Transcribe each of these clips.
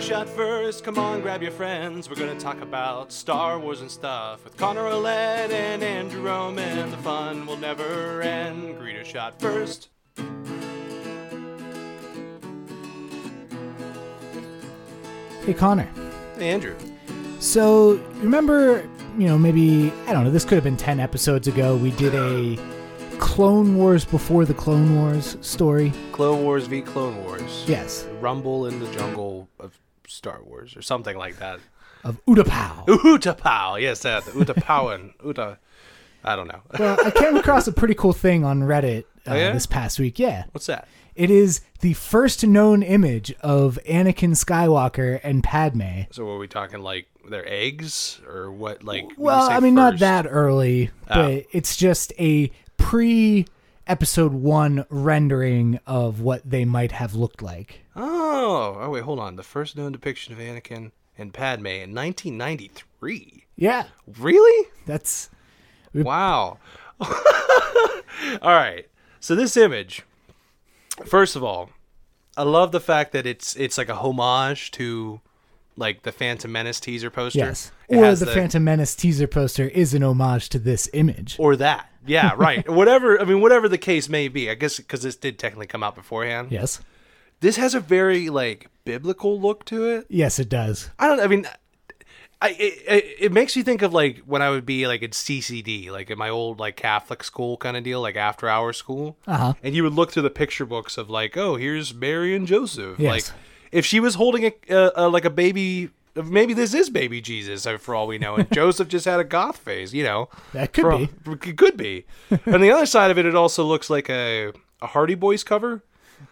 shot first. Come on, grab your friends. We're gonna talk about Star Wars and stuff with Connor Olette and Andrew Roman. The fun will never end. Greeter shot first. Hey, Connor. Hey, Andrew. So, remember, you know, maybe, I don't know, this could have been 10 episodes ago. We did a Clone Wars before the Clone Wars story. Clone Wars v Clone Wars. Yes. Rumble in the jungle of Star Wars or something like that. Of Utapau. Utapau. Yes, that. The Utapawan. Uta. I don't know. well, I came across a pretty cool thing on Reddit uh, Oh, yeah? this past week. Yeah. What's that? It is the first known image of Anakin Skywalker and Padme. So were we talking like their eggs or what? Like when you Well, say I mean, not first? Oh. that early, but it's just a pre episode one rendering of what they might have looked like. Oh, oh wait, hold on. The first known depiction of Anakin and Padme in 1993. Yeah, Really? that's Wow. all right. So this image, first of all, I love the fact that it's it's like a homage to like the Phantom Menace teaser poster. yes. It or has the, Phantom Menace teaser poster is an homage to this image. or that. Yeah, right. whatever. I mean, whatever the case may be. I guess because this did technically come out beforehand. yes, This has a very like biblical look to it. yes, it does. I don't. I mean, I it, it, it makes you think of like when I would be like in CCD, like in my old like Catholic school kind of deal, like after hour school, Uh-huh. and you would look through the picture books of like, oh, here's Mary and Joseph. Yes. Like if she was holding a, a, a like a baby. Maybe this is baby Jesus uh, for all we know, and Joseph just had a goth phase. You know, That could For- It could be. and the other side of it, it also looks like a a Hardy Boys cover.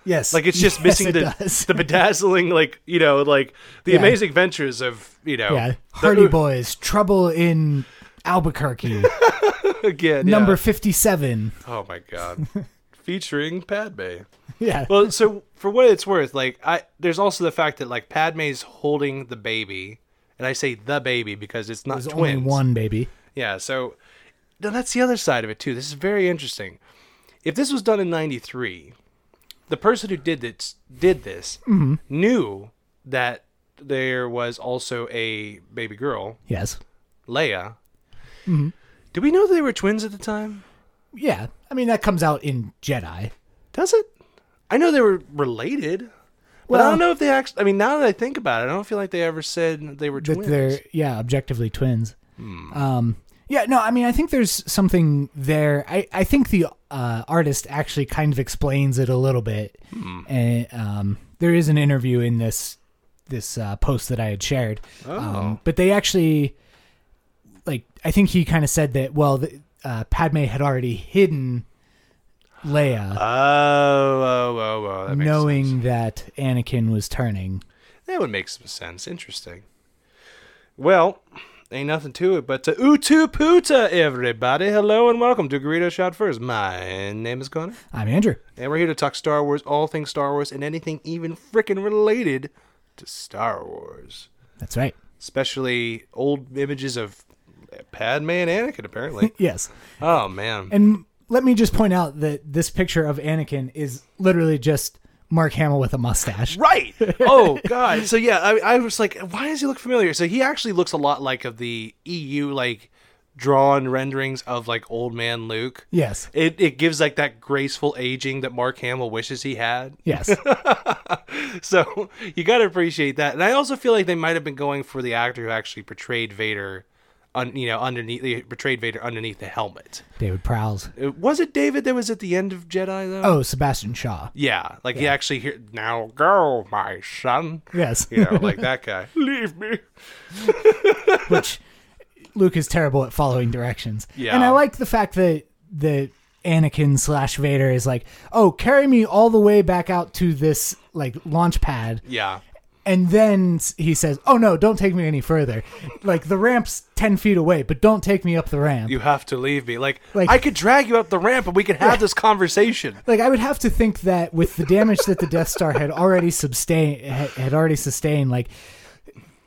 Yes, Like it's just Yes, missing it the does. the bedazzling, like you know, like the Yeah. amazing adventures of you know, yeah. the- Hardy Boys, Trouble in Albuquerque, again, yeah. number fifty-seven. Oh my god, featuring Padme. Yeah, Well, so for what it's worth, like I there's also the fact that like Padme's holding the baby, and I say the baby because it's not there's twins. only one baby. Yeah, so now that's the other side of it too. This is very interesting. If this was done in '93, the person who did this did this Mm-hmm. knew that there was also a baby girl, Yes, Leia. Mm-hmm. Do we know they were twins at the time? yeah. I mean, that comes out in Jedi. Does it? I know they were related. But I Well- don't know if they actually. I mean, now that I think about it, I don't feel like they ever said they were that twins. they're yeah objectively twins Hmm. um yeah no i mean i think there's something there i i think the uh artist actually kind of explains it a little bit Hmm. and um there is an interview in this this uh post that i had shared Oh. um, but they actually like i think he kind of said that well the, uh padme had already hidden leia Oh, oh, oh, oh. That makes knowing sense. that anakin was turning That would make some sense. Interesting. Well, ain't nothing to it but to Utu Puta, everybody. Hello and welcome to Garrido Shot First. My name is Connor, i'm andrew and we're here to talk Star Wars, all things Star Wars, and anything even frickin' related to Star Wars. that's right Especially old images of Padme and Anakin, apparently. yes oh, man. And let me just point out that this picture of Anakin is literally just Mark Hamill with a mustache. Right. Oh God. So yeah, I, I was like, why does he look familiar? So he actually looks a lot like of the EU like drawn renderings of like old man Luke. Yes. It it gives like that graceful aging that Mark Hamill wishes he had. Yes. So you gotta appreciate that. And I also feel like they might have been going for the actor who actually portrayed Vader. Un, you know, underneath they portrayed Vader underneath the helmet. David Prowse. It- was it David that was at the end of Jedi though? Oh, Sebastian Shaw. yeah, like he actually hear now go, my son. Yes. you know, like that guy. Leave me. Which Luke is terrible at following directions. Yeah. And I like the fact that the Anakin slash Vader is like, oh, carry me all the way back out to this like launch pad. Yeah. And then s- he says, oh no, don't take me any further. Like the ramp's 10 feet away, but don't take me up the ramp. You have to leave me. Like, Like- I could drag you up the ramp and we could have this conversation. like I would have to think that with the damage that the Death Star had already sustained, had, had already sustained, like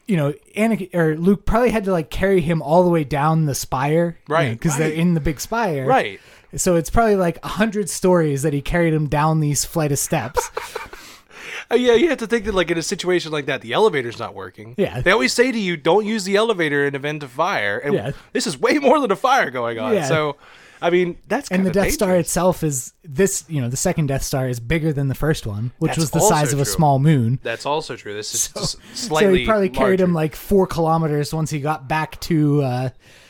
you know, Anakin or Luke probably had to like carry him all the way down the spire, Right, Because right. they're in the big spire, Right. So it's probably like a hundred stories that he carried him down these flight of steps. Uh, yeah, you have to think that like in a situation like that, the elevator's not working. Yeah. they always say to you, "Don't use the elevator in event of fire." And Yeah. this is way more than a fire going on. Yeah. So, I mean, that's and the Death kinda Star dangerous. itself is this, you know, the second Death Star is bigger than the first one, which That's was the also size of a true. small moon. That's also true. This is s- So slightly he probably carried him larger. like four kilometers once he got back to uh,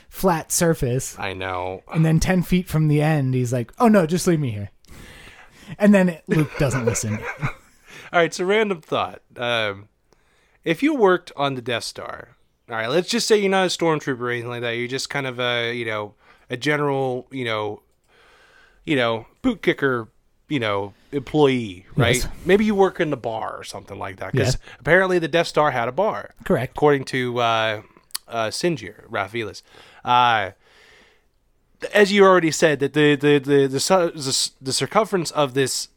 flat surface, I know. and then ten feet from the end, he's like, "Oh no, just leave me here." And then Luke doesn't listen. All right, so random thought. Um, if you worked on the Death Star, all right, let's just say you're not a stormtrooper or anything like that. You're just kind of a, you know, a general, you know, you know, boot kicker, you know, employee, right? Yes. Maybe you work in the bar or something like that. Because apparently the Death Star had a bar, Correct. according to uh, uh, Sinjir Raphaelis. Uh, as you already said, that the the the the, su- the s- the circumference of this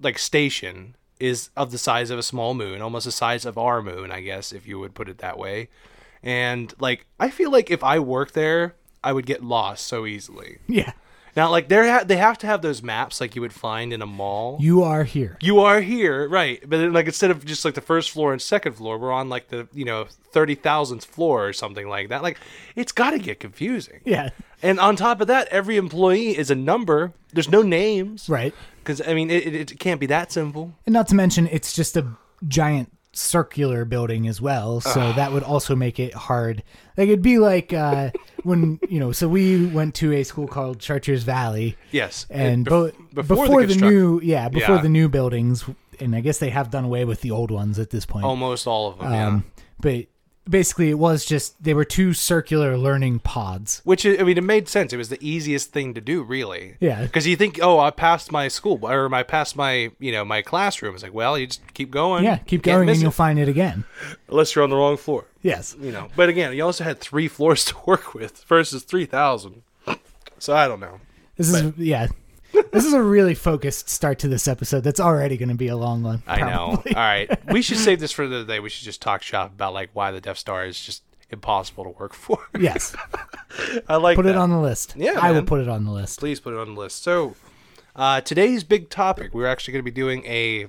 like station is of the size of a small moon, almost the size of our moon, I guess, if you would put it that way. And like, I feel like if I worked there, I would get lost so easily. Yeah, Now, like, they ha- they have to have those maps like you would find in a mall. You- you are here. are here, right? But then, like, instead of just like the first floor and second floor, we're on like the you know thirty thousandth floor or something like that. Like, it's got to get confusing. Yeah, And on top of that, every employee is a number. There's no names, right. Because I mean, it, it, it can't be that simple. And not to mention, it's just a giant circular building as well, so that would also make it hard. Like it'd be like uh, when you know. So we went to a school called Chartiers Valley, Yes, and bef- bo- before, the, construct- new, yeah, before Yeah. the new buildings, and I guess they have done away with the old ones at this point. almost all of them. yeah. Um, but basically, it was just they were two circular learning pods. Which I I mean, it made sense. It was the easiest thing to do, really. Yeah. Because you think, oh, I passed my school or I passed my you know my classroom. It's like, well, you just keep going. Yeah, keep Can't going miss and you'll it. find it again. unless you're on the wrong floor. Yes. You know. But again, you also had three floors to work with versus three thousand. So I don't know. This is yeah. this is a really focused start to this episode. That's already going to be a long one. I know. probably. All right, we should save this for the other day. We should just talk shop about like why the Death Star is just impossible to work for. Yes. I like Put it that. on the list. Yeah, I will man. put it on the list. please put it on the list. So, uh, today's big topic, we're actually going to be doing a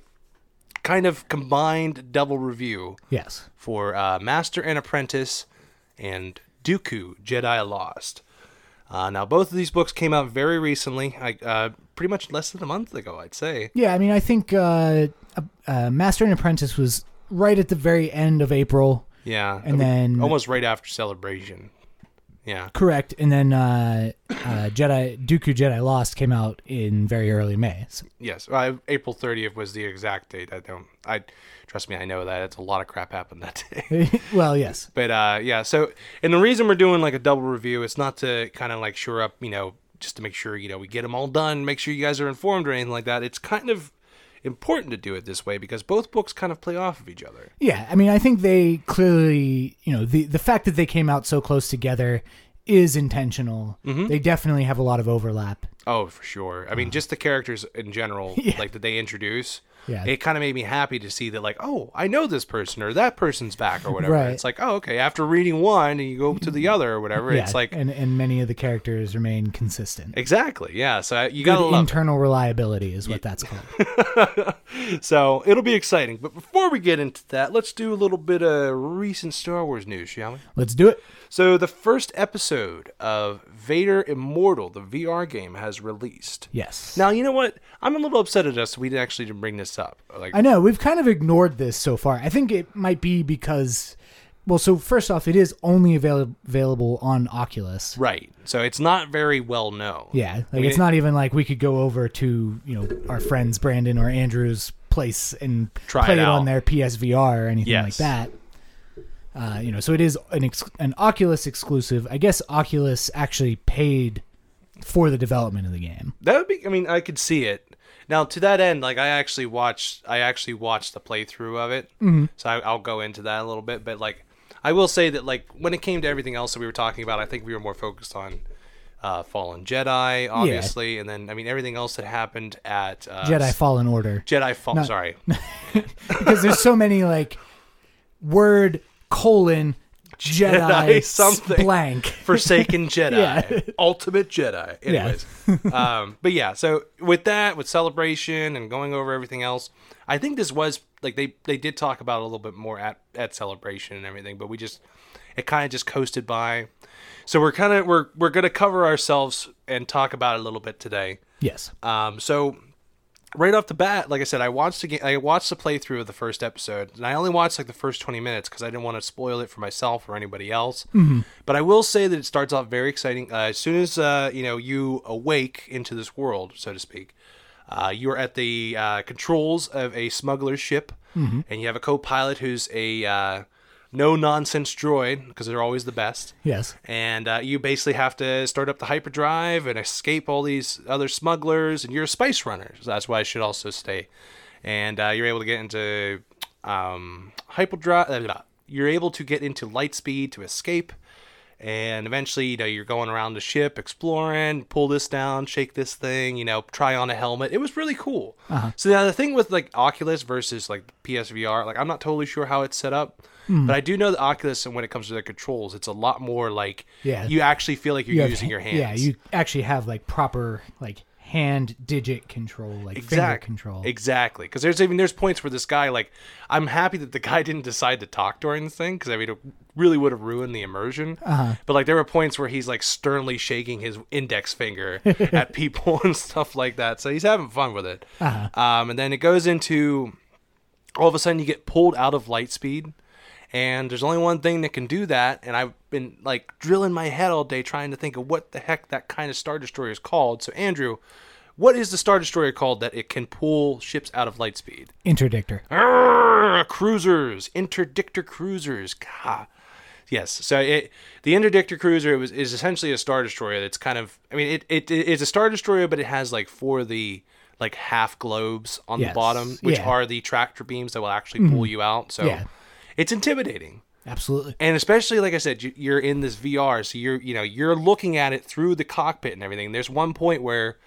kind of combined double review Yes. for uh, Master and Apprentice and Dooku Jedi Lost. Uh, now, both of these books came out very recently, I, uh, pretty much less than a month ago, I'd say. Yeah, I mean, I think uh, uh, uh, Master and Apprentice was right at the very end of April. Yeah. uh, And then- Almost right after Celebration. Yeah. Correct, and then uh, uh, Jedi Dooku Jedi Lost came out in very early May. So, Yes. Uh, April 30th was the exact date. I don't. I Trust me, I know that. It's a lot of crap happened that day. well, yes, But uh, yeah, so and the reason we're doing like a double review, it's not to kind of like shore up, you know, just to make sure you know we get them all done, make sure you guys are informed or anything like that. It's kind of important to do it this way because both books kind of play off of each other. yeah. I mean, I think they clearly, you know, the the fact that they came out so close together is intentional. Mm-hmm. They definitely have a lot of overlap. Oh, for sure. I mean, just the characters in general, like that they introduce. Yeah. It kind of made me happy to see that, like, oh, I know this person or that person's back or whatever. Right. It's like, oh, okay. After reading one and you go to the other or whatever, Yeah, it's like and and many of the characters remain consistent. exactly, yeah. So you Good gotta love. it. internal reliability is what that's called. So it'll be exciting. But before we get into that, let's do a little bit of recent Star Wars news, shall we? Let's do it. So the first episode of Vader Immortal, the VR game, has released. Yes. Now you know what? I'm a little upset at us. We didn't actually didn't bring this up. Like, I know we've kind of ignored this so far. I think it might be because, well, so first off, it is only avail- available on Oculus. right? So it's not very well known. Yeah, like We it's not even like we could go over to you know our friends Brandon or Andrew's place and Try play it it, on out. their PSVR or anything Yes. like that. Uh, you know, so it is an ex- an Oculus exclusive. I guess Oculus actually paid for the development of the game. That would be. I mean, I could see it. Now, to that end, like I actually watched, I actually watched the playthrough of it. Mm-hmm. So I, I'll go into that a little bit. But like, I will say that like when it came to everything else that we were talking about, I think we were more focused on uh, Fallen Jedi, obviously, and then I mean everything else that happened at uh, Jedi Fallen Order. Jedi Fall. sorry, because there's so many like word colon Jedi, Jedi something. blank. Forsaken Jedi, Yeah. Ultimate Jedi. Anyways, um, but yeah, so with that, with celebration and going over everything else, I think this was like they they did talk about it a little bit more at at celebration and everything, but we just it kind of just coasted by. So we're kind of we're we're gonna cover ourselves and talk about it a little bit today. Yes. Um, so right off the bat, like I said, I watched the game, I watched the playthrough of the first episode, and I only watched like the first twenty minutes because I didn't want to spoil it for myself or anybody else. But I will say that it starts off very exciting. Uh, as soon as uh, you know you awake into this world, so to speak, uh, you are at the uh, controls of a smuggler ship, and you have a co-pilot who's a uh, no nonsense droid because they're always the best Yes. and uh, you basically have to start up the hyperdrive and escape all these other smugglers and you're a spice runner so that's why i should also stay and uh, you're able to get into um, hyperdrive uh, blah. you're able to get into light speed to escape and eventually you know you're going around the ship exploring pull this down shake this thing you know try on a helmet it was really cool Uh-huh. so now the thing with like oculus versus like psvr like i'm not totally sure how it's set up Hmm. but i do know that oculus and when it comes to their controls it's a lot more like Yeah. you actually feel like you're You have using ha- your hands Yeah, you actually have like proper like hand digit control, like finger Exact- control. Exactly, because there's even there's points where this guy like I'm happy that the guy didn't decide to talk during this thing because I mean it really would have ruined the immersion. Uh-huh. But like there were points where he's like sternly shaking his index finger at people and stuff like that. So he's having fun with it. Uh-huh. Um, and then it goes into all of a sudden you get pulled out of light speed and there's only one thing that can do that and i've been like drilling my head all day trying to think of what the heck that kind of star destroyer is called so andrew what is the star destroyer called that it can pull ships out of light speed Interdictor. Arrgh, cruisers, interdictor cruisers. Gah. Yes, so it the interdictor cruiser was is essentially a star destroyer that's kind of I mean it, it it's a star destroyer but it has like four of the like half globes on Yes, the bottom which yeah. Mm-hmm. are the tractor beams that will actually pull you out. So Yeah. it's intimidating. Absolutely. And especially like I said you- you're in this VR so you're you know you're looking at it through the cockpit and everything. There's one point where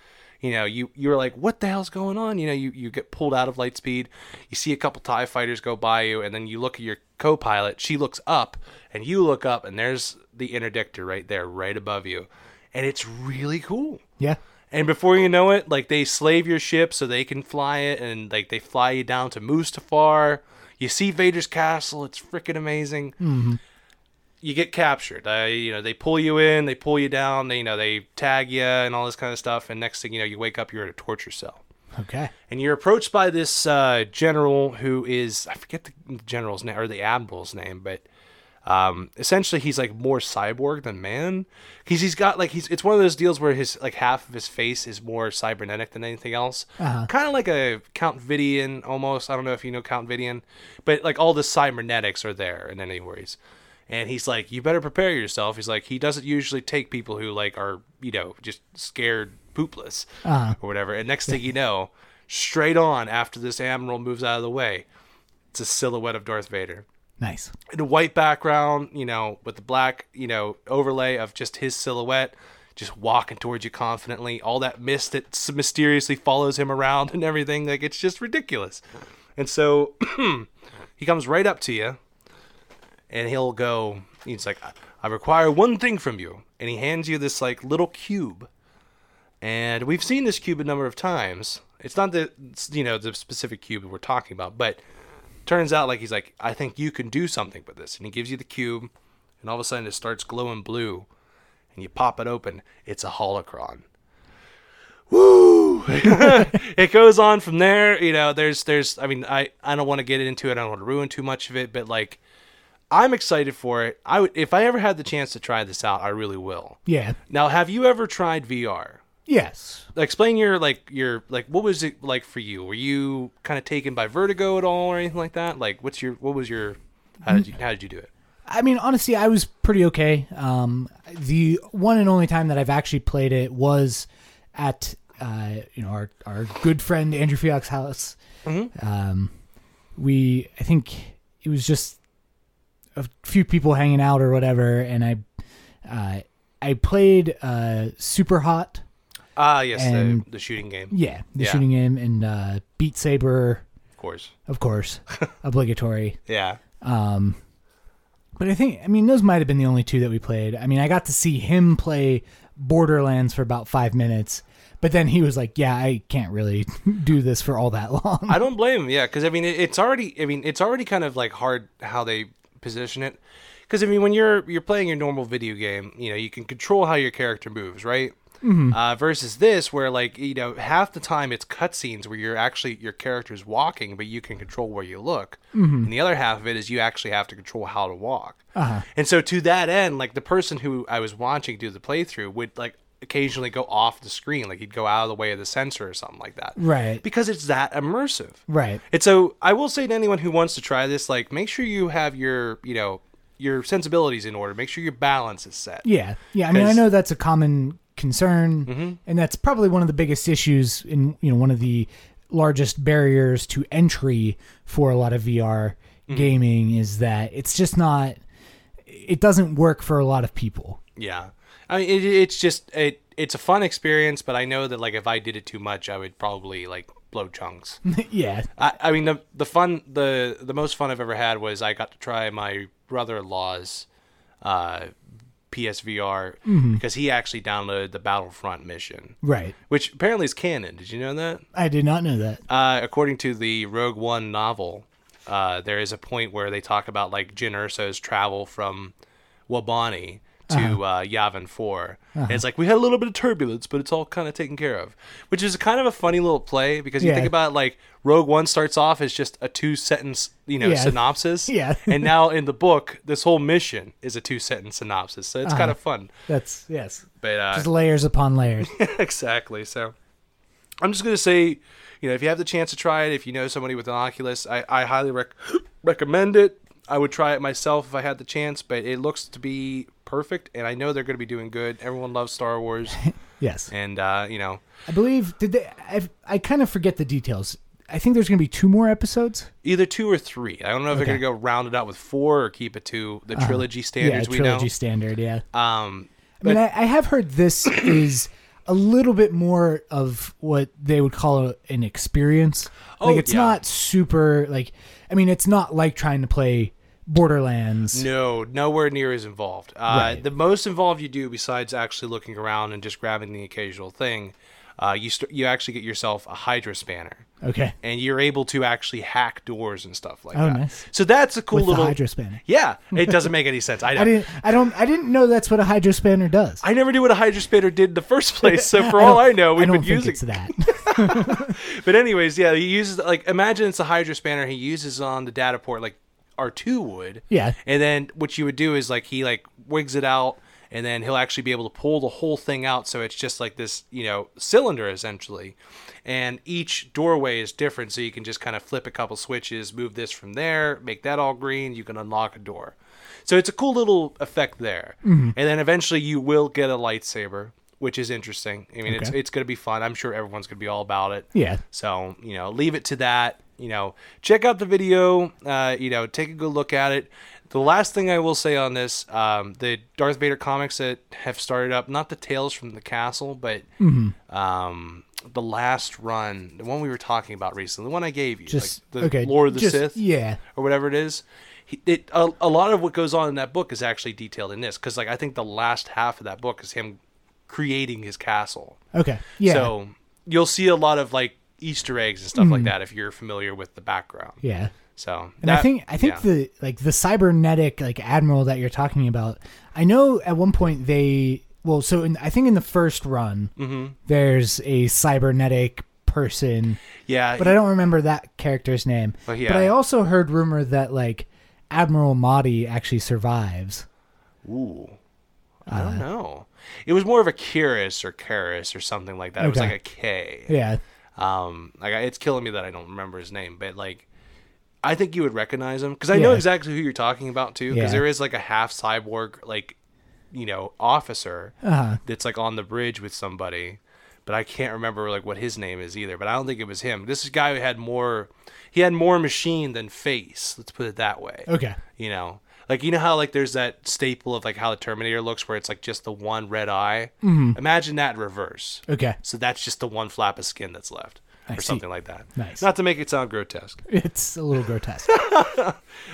you know, you you're like, what the hell's going on? You know, you, you get pulled out of light speed. You see a couple Tie fighters go by you, and then you look at your co-pilot. She looks up, and you look up, and there's the interdictor right there, right above you, and it's really cool. Yeah. And before you know it, like they slave your ship so they can fly it, and like they fly you down to Mustafar. You see Vader's castle; it's freaking amazing. You get captured. Uh, you know they pull you in, they pull you down. They you know they tag you and all this kind of stuff. And next thing you know, you wake up, you're at a torture cell, Okay. and you're approached by this uh, general who is I forget the general's name or the admiral's name, but um, essentially he's like more cyborg than man. He's he's got like he's it's one of those deals where his like half of his face is more cybernetic than anything else. Kind of like a Count Vidian almost. I don't know if you know Count Vidian, but like all the cybernetics are there in any ways. And he's like, you better prepare yourself. He's like, he doesn't usually take people who like are you know just scared poopless or whatever. And next thing you know, straight on after this admiral moves out of the way, it's a silhouette of Darth Vader Nice. in a white background, you know, with the black, you know, overlay of just his silhouette, just walking towards you confidently. All that mist that s- mysteriously follows him around and everything, like it's just ridiculous. And so he comes right up to you, and he'll go. He's like, "I- "I require one thing from you," and he hands you this like little cube. And we've seen this cube a number of times. It's not the it's, you know the specific cube that we're talking about, but turns out like he's like, I think you can do something with this, and he gives you the cube, and all of a sudden it starts glowing blue, and you pop it open. It's a holocron. Woo! it goes on from there. You know, there's there's. I mean, I I don't want to get into it. I don't want to ruin too much of it, but like. I'm excited for it. I would if I ever had the chance to try this out, I really will. Yeah. Now, have you ever tried VR? Yes. explain your like your like what was it like for you were you kind of taken by vertigo at all or anything like that like what's your what was your how did you how did you do it I mean, honestly, I was pretty okay. Um, the one and only time that I've actually played it was at uh, you know our our good friend Andrew Fioc's house. Um, we I think it was just a few people hanging out or whatever, and I uh, I played uh, Super Hot. ah yes And- the, the shooting game Yeah, the Yeah. shooting game and uh, Beat Saber, of course of course, obligatory. yeah Um, but I think, I mean, those might have been the only two that we played. I mean, I got to see him play Borderlands for about five minutes, But then he was like, "Yeah, I can't really do this for all that long." I don't blame him. Yeah, because I mean, it, it's already. I mean, it's already kind of like hard how they position it. Because I mean, when you're you're playing your normal video game, you know, you can control how your character moves, right? Uh, versus this, where like you know, half the time it's cutscenes where you're actually your character's walking, but you can control where you look, and the other half of it is you actually have to control how to walk. And so to that end, like the person who I was watching do the playthrough would like occasionally go off the screen, like he'd go out of the way of the sensor or something like that, Right. Because it's that immersive, Right. and so I will say to anyone who wants to try this, like, make sure you have your, you know, your sensibilities in order. Make sure your balance is set. Yeah. Yeah. I mean, I 'Cause- know that's a common concern, and that's probably one of the biggest issues in, you know, one of the largest barriers to entry for a lot of VR gaming is that it's just not, it doesn't work for a lot of people. Yeah. I mean, it, it's just it. It's a fun experience, but I know that like if I did it too much, I would probably like blow chunks. Mm-hmm. yeah. I, I mean, the the fun, the the most fun I've ever had was I got to try my brother-in-law's uh, PSVR because he actually downloaded the Battlefront mission, Right. which apparently is canon. Did you know that? I did not know that. Uh, according to the Rogue One novel, uh, there is a point where they talk about like Jyn Erso's travel from Wabani to Uh-huh. uh Yavin 4 And it's like we had a little bit of turbulence, but it's all kind of taken care of, which is kind of a funny little play because you Yeah. think about it, like Rogue One starts off as just a two sentence you know Yeah. synopsis, Yeah. and now in the book this whole mission is a two sentence synopsis, so it's kind of fun. That's, yes. But uh, Uh-huh. Just layers upon layers. exactly. So I'm just gonna say, you know, if you have the chance to try it, if you know somebody with an Oculus, I, I highly rec- recommend it. I would try it myself if I had the chance, but it looks to be perfect, and I know they're going to be doing good. Everyone loves Star Wars, yes. and uh, you know, I believe, did they, I've, I kind of forget the details. I think there's going to be two more episodes. either two or three. I don't know if they're going to go round it out with four or keep it to the trilogy standards Uh-huh. yeah. we Trilogy standard. Yeah. know. Um, I mean, I, I have heard this is a little bit more of what they would call a, an experience. like Oh, it's yeah. not super like. I mean, it's not like trying to play Borderlands. No, nowhere near as involved. Uh, Right. The most involved you do, besides actually looking around and just grabbing the occasional thing, uh, you st- you actually get yourself a Hydra spanner, Okay. and you're able to actually hack doors and stuff like Oh, that. nice. So that's a cool With the little Hydra spanner. Yeah, it doesn't make any sense. I know. I didn't. I don't. I didn't know that's what a Hydra spanner does. I never knew what a Hydra spanner did in the first place. So for all I know, we've I don't been think using. it's that. But anyways, yeah, he uses like imagine it's a Hydra spanner he uses on the data port like R2 would. Yeah. And then what you would do is like he like wigs it out and then he'll actually be able to pull the whole thing out so it's just like this, you know, cylinder essentially. And each doorway is different so you can just kind of flip a couple switches, move this from there, make that all green, you can unlock a door. So it's a cool little effect there. Mm-hmm. And then eventually you will get a lightsaber, which is interesting. I mean, it's Okay. it's going to be fun. I'm sure everyone's going to be all about it. Yeah. So, you know, leave it to that. You know, check out the video. Uh, you know, take a good look at it. The last thing I will say on this, um, the Darth Vader comics that have started up, not the Tales from the Castle, but Mm-hmm. um, the last run, the one we were talking about recently, the one I gave you, Just like the okay. Lord of the just- Sith Yeah. or whatever it is. He, it a, a lot of what goes on in that book is actually detailed in this because, like, I think the last half of that book is him creating his castle. Okay. Yeah. So you'll see a lot of like Easter eggs and stuff like that if you're familiar with the background. Hmm. yeah. So And I think I think the like the cybernetic like admiral that you're talking about. I know at one point they well, so in, I think in the first run, Mm-hmm. there's a cybernetic person, yeah, but I don't remember that character's name. Well, Oh, yeah. But I also heard rumor that like Admiral Mahdi actually survives. ooh, I don't Uh, know. It was more of a Curious or Karis or something like that. It was Okay. like a K. Yeah, Um, like I- it's killing me that I don't remember his name, but like. I think you would recognize him because I know Yeah. exactly who you're talking about too. Because Yeah. there is like a half cyborg, like you know, officer uh-huh. that's like on the bridge with somebody, but I can't remember like what his name is either. But I don't think it was him. This is a guy who had more, he had more machine than face. Let's put it that way. okay, You know, like you know how like there's that staple of like how the Terminator looks, where it's like just the one red eye. Mm-hmm. Imagine that in reverse. okay. So that's just the one flap of skin that's left, or see. something like that. Nice. Not to make it sound grotesque. It's a little grotesque.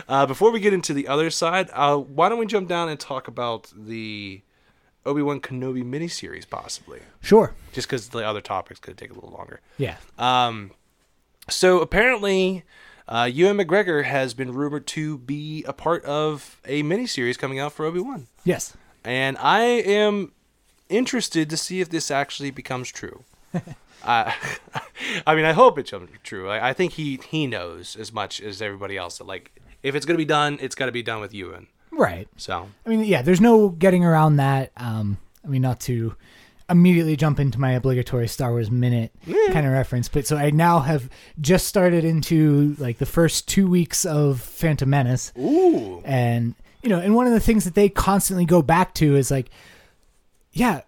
Uh, before we get into the other side, uh, why don't we jump down and talk about the Obi Wan Kenobi miniseries, possibly, Sure. just because the other topics could take a little longer. Yeah. Um, so apparently, uh, Ewan McGregor has been rumored to be a part of a miniseries coming out for Obi Wan, Yes. and I am interested to see if this actually becomes true. uh, I mean, I hope it becomes true. I, I think he he knows as much as everybody else that like if it's gonna be done, it's gotta be done with Ewan. Right. So I mean, yeah, there's no getting around that. Um, I mean, not to immediately jump into my obligatory Star Wars minute kind of reference, but so I now have just started into like the first two weeks of Phantom Menace, ooh, and you know, and one of the things that they constantly go back to is like, yeah.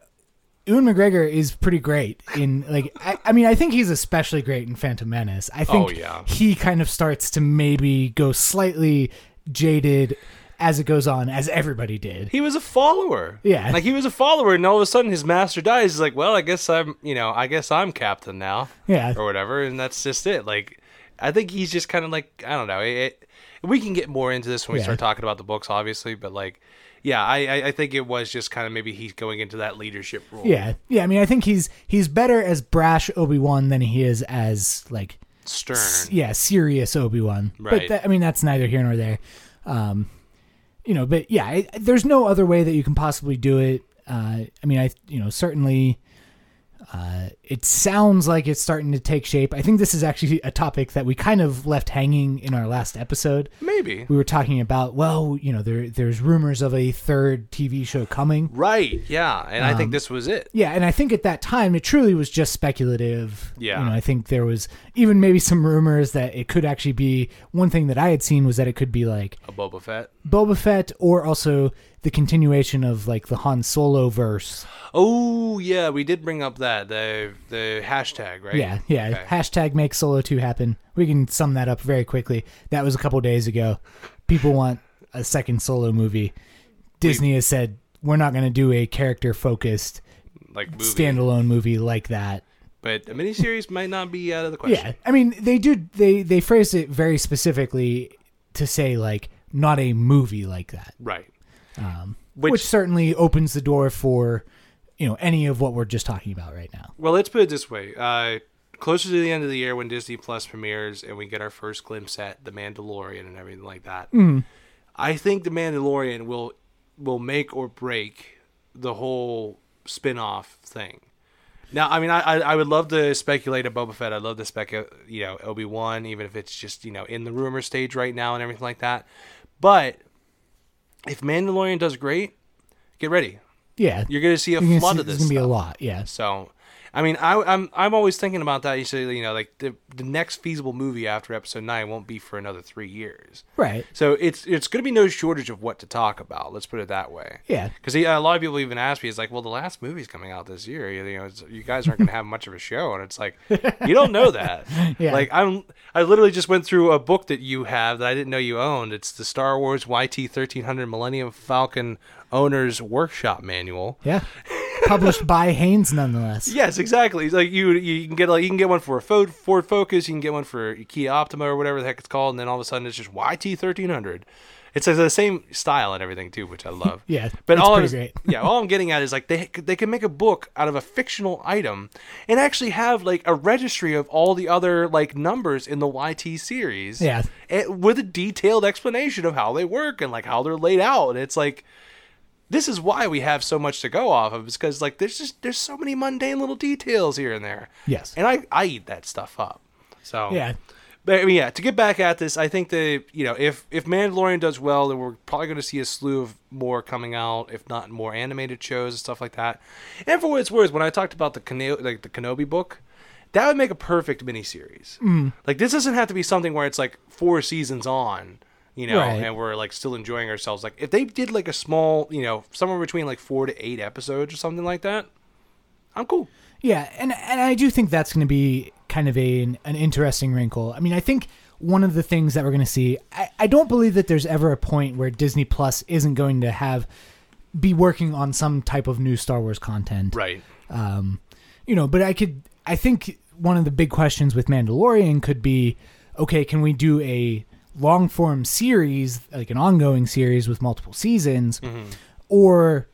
Ewan McGregor is pretty great in like I, I mean I think he's especially great in Phantom Menace. I think Oh, yeah. he kind of starts to maybe go slightly jaded as it goes on, as everybody did. he was a follower. Yeah. like he was a follower, and all of a sudden his master dies. He's like, well, I guess I'm, you know, I guess I'm captain now. Yeah. or whatever, and that's just it. Like, I think he's just kind of like I don't know. It, we can get more into this when we Yeah. start talking about the books, obviously, but like, yeah, I I, I think it was just kind of maybe he's going into that leadership role. Yeah. Yeah, I mean I think he's he's better as brash Obi-Wan than he is as like stern. s- yeah, serious Obi-Wan. But Right. that, I mean that's neither here nor there. Um you know, but yeah, I, there's no other way that you can possibly do it. Uh I mean I you know, certainly uh, it sounds like it's starting to take shape. I think this is actually a topic that we kind of left hanging in our last episode. Maybe. We were talking about, well, you know, there there's rumors of a third TV show coming. Right. Yeah, and I think Um, this was it. Yeah, and I think at that time it truly was just speculative. Yeah. You know, I think there was even maybe some rumors that it could actually be one thing that I had seen was that it could be like A Boba Fett. Boba Fett or also the continuation of like the Han Solo verse. Oh yeah, we did bring up that the the hashtag, right? Yeah, yeah. Okay. Hashtag make Solo 2 happen. We can sum that up very quickly. That was a couple days ago. People want a second solo movie. Disney has said we're not going to do a character focused Like movie. standalone movie like that. but a miniseries might not be out of the question. Yeah, I mean they do. They they phrased it very specifically to say like not a movie like that, Right. um, which, Which- certainly opens the door for you know any of what we're just talking about right now. Well, let's put it this way. Uh, closer to the end of the year when Disney Plus premieres and we get our first glimpse at The Mandalorian and everything like that, Mm-hmm. I think The Mandalorian will will make or break the whole spin-off thing. Now, I mean, I, I I would love to speculate at Boba Fett. I'd love to spec, uh, you know, Obi Wan, even if it's just you know in the rumor stage right now and everything like that. But if Mandalorian does great, get ready. Yeah, You're going to see a You're gonna flood see- of this. It's gonna be stuff. a lot. Yeah, So, I mean, I, I'm I'm always thinking about that. You say, you know, like the the next feasible movie after Episode Nine won't be for another three years. right. So it's it's going to be no shortage of what to talk about. Let's put it that way. Yeah, Because a lot of people even ask me, it's like, well, the last movie's coming out this year. You, you know, it's, you guys aren't going to have much of a show, and it's like, you don't know that. Yeah. Like I'm, I literally just went through a book that you have that I didn't know you owned. It's the Star Wars YT 1300 Millennium Falcon Owner's Workshop Manual. yeah. Published by Haynes, nonetheless. Yes, exactly. It's Like you, you can get like you can get one for a Ford, Ford Focus, you can get one for Kia Optima or whatever the heck it's called, and then all of a sudden it's just YT thirteen hundred. It's like the same style and everything too, which I love. Yeah, but it's all I pretty was- great. yeah, all I'm getting at is like they they can make a book out of a fictional item and actually have like a registry of all the other like numbers in the YT series. Yeah. eh, with a detailed explanation of how they work and like how they're laid out, and it's like this is why we have so much to go off of is because like there's just there's so many mundane little details here and there Yes. and i i eat that stuff up so Yeah. but I mean, yeah to get back at this i think that you know if if mandalorian does well then we're probably going to see a slew of more coming out if not more animated shows and stuff like that and for what it's worth when i talked about the Keno- like the kenobi book that would make a perfect miniseries. Mm. Like this doesn't have to be something where it's like four seasons on, you know, Right. and we're like still enjoying ourselves. Like if they did like a small, you know, somewhere between like four to eight episodes or something like that, I'm cool. Yeah, and and I do think that's going to be kind of a an, an interesting wrinkle. I mean, I think one of the things that we're going to see, I, I don't believe that there's ever a point where Disney Plus isn't going to have be working on some type of new Star Wars content Right. um, you know but i could i think one of the big questions with mandalorian could be okay can we do a long form Mm-hmm. series like an ongoing series with multiple seasons or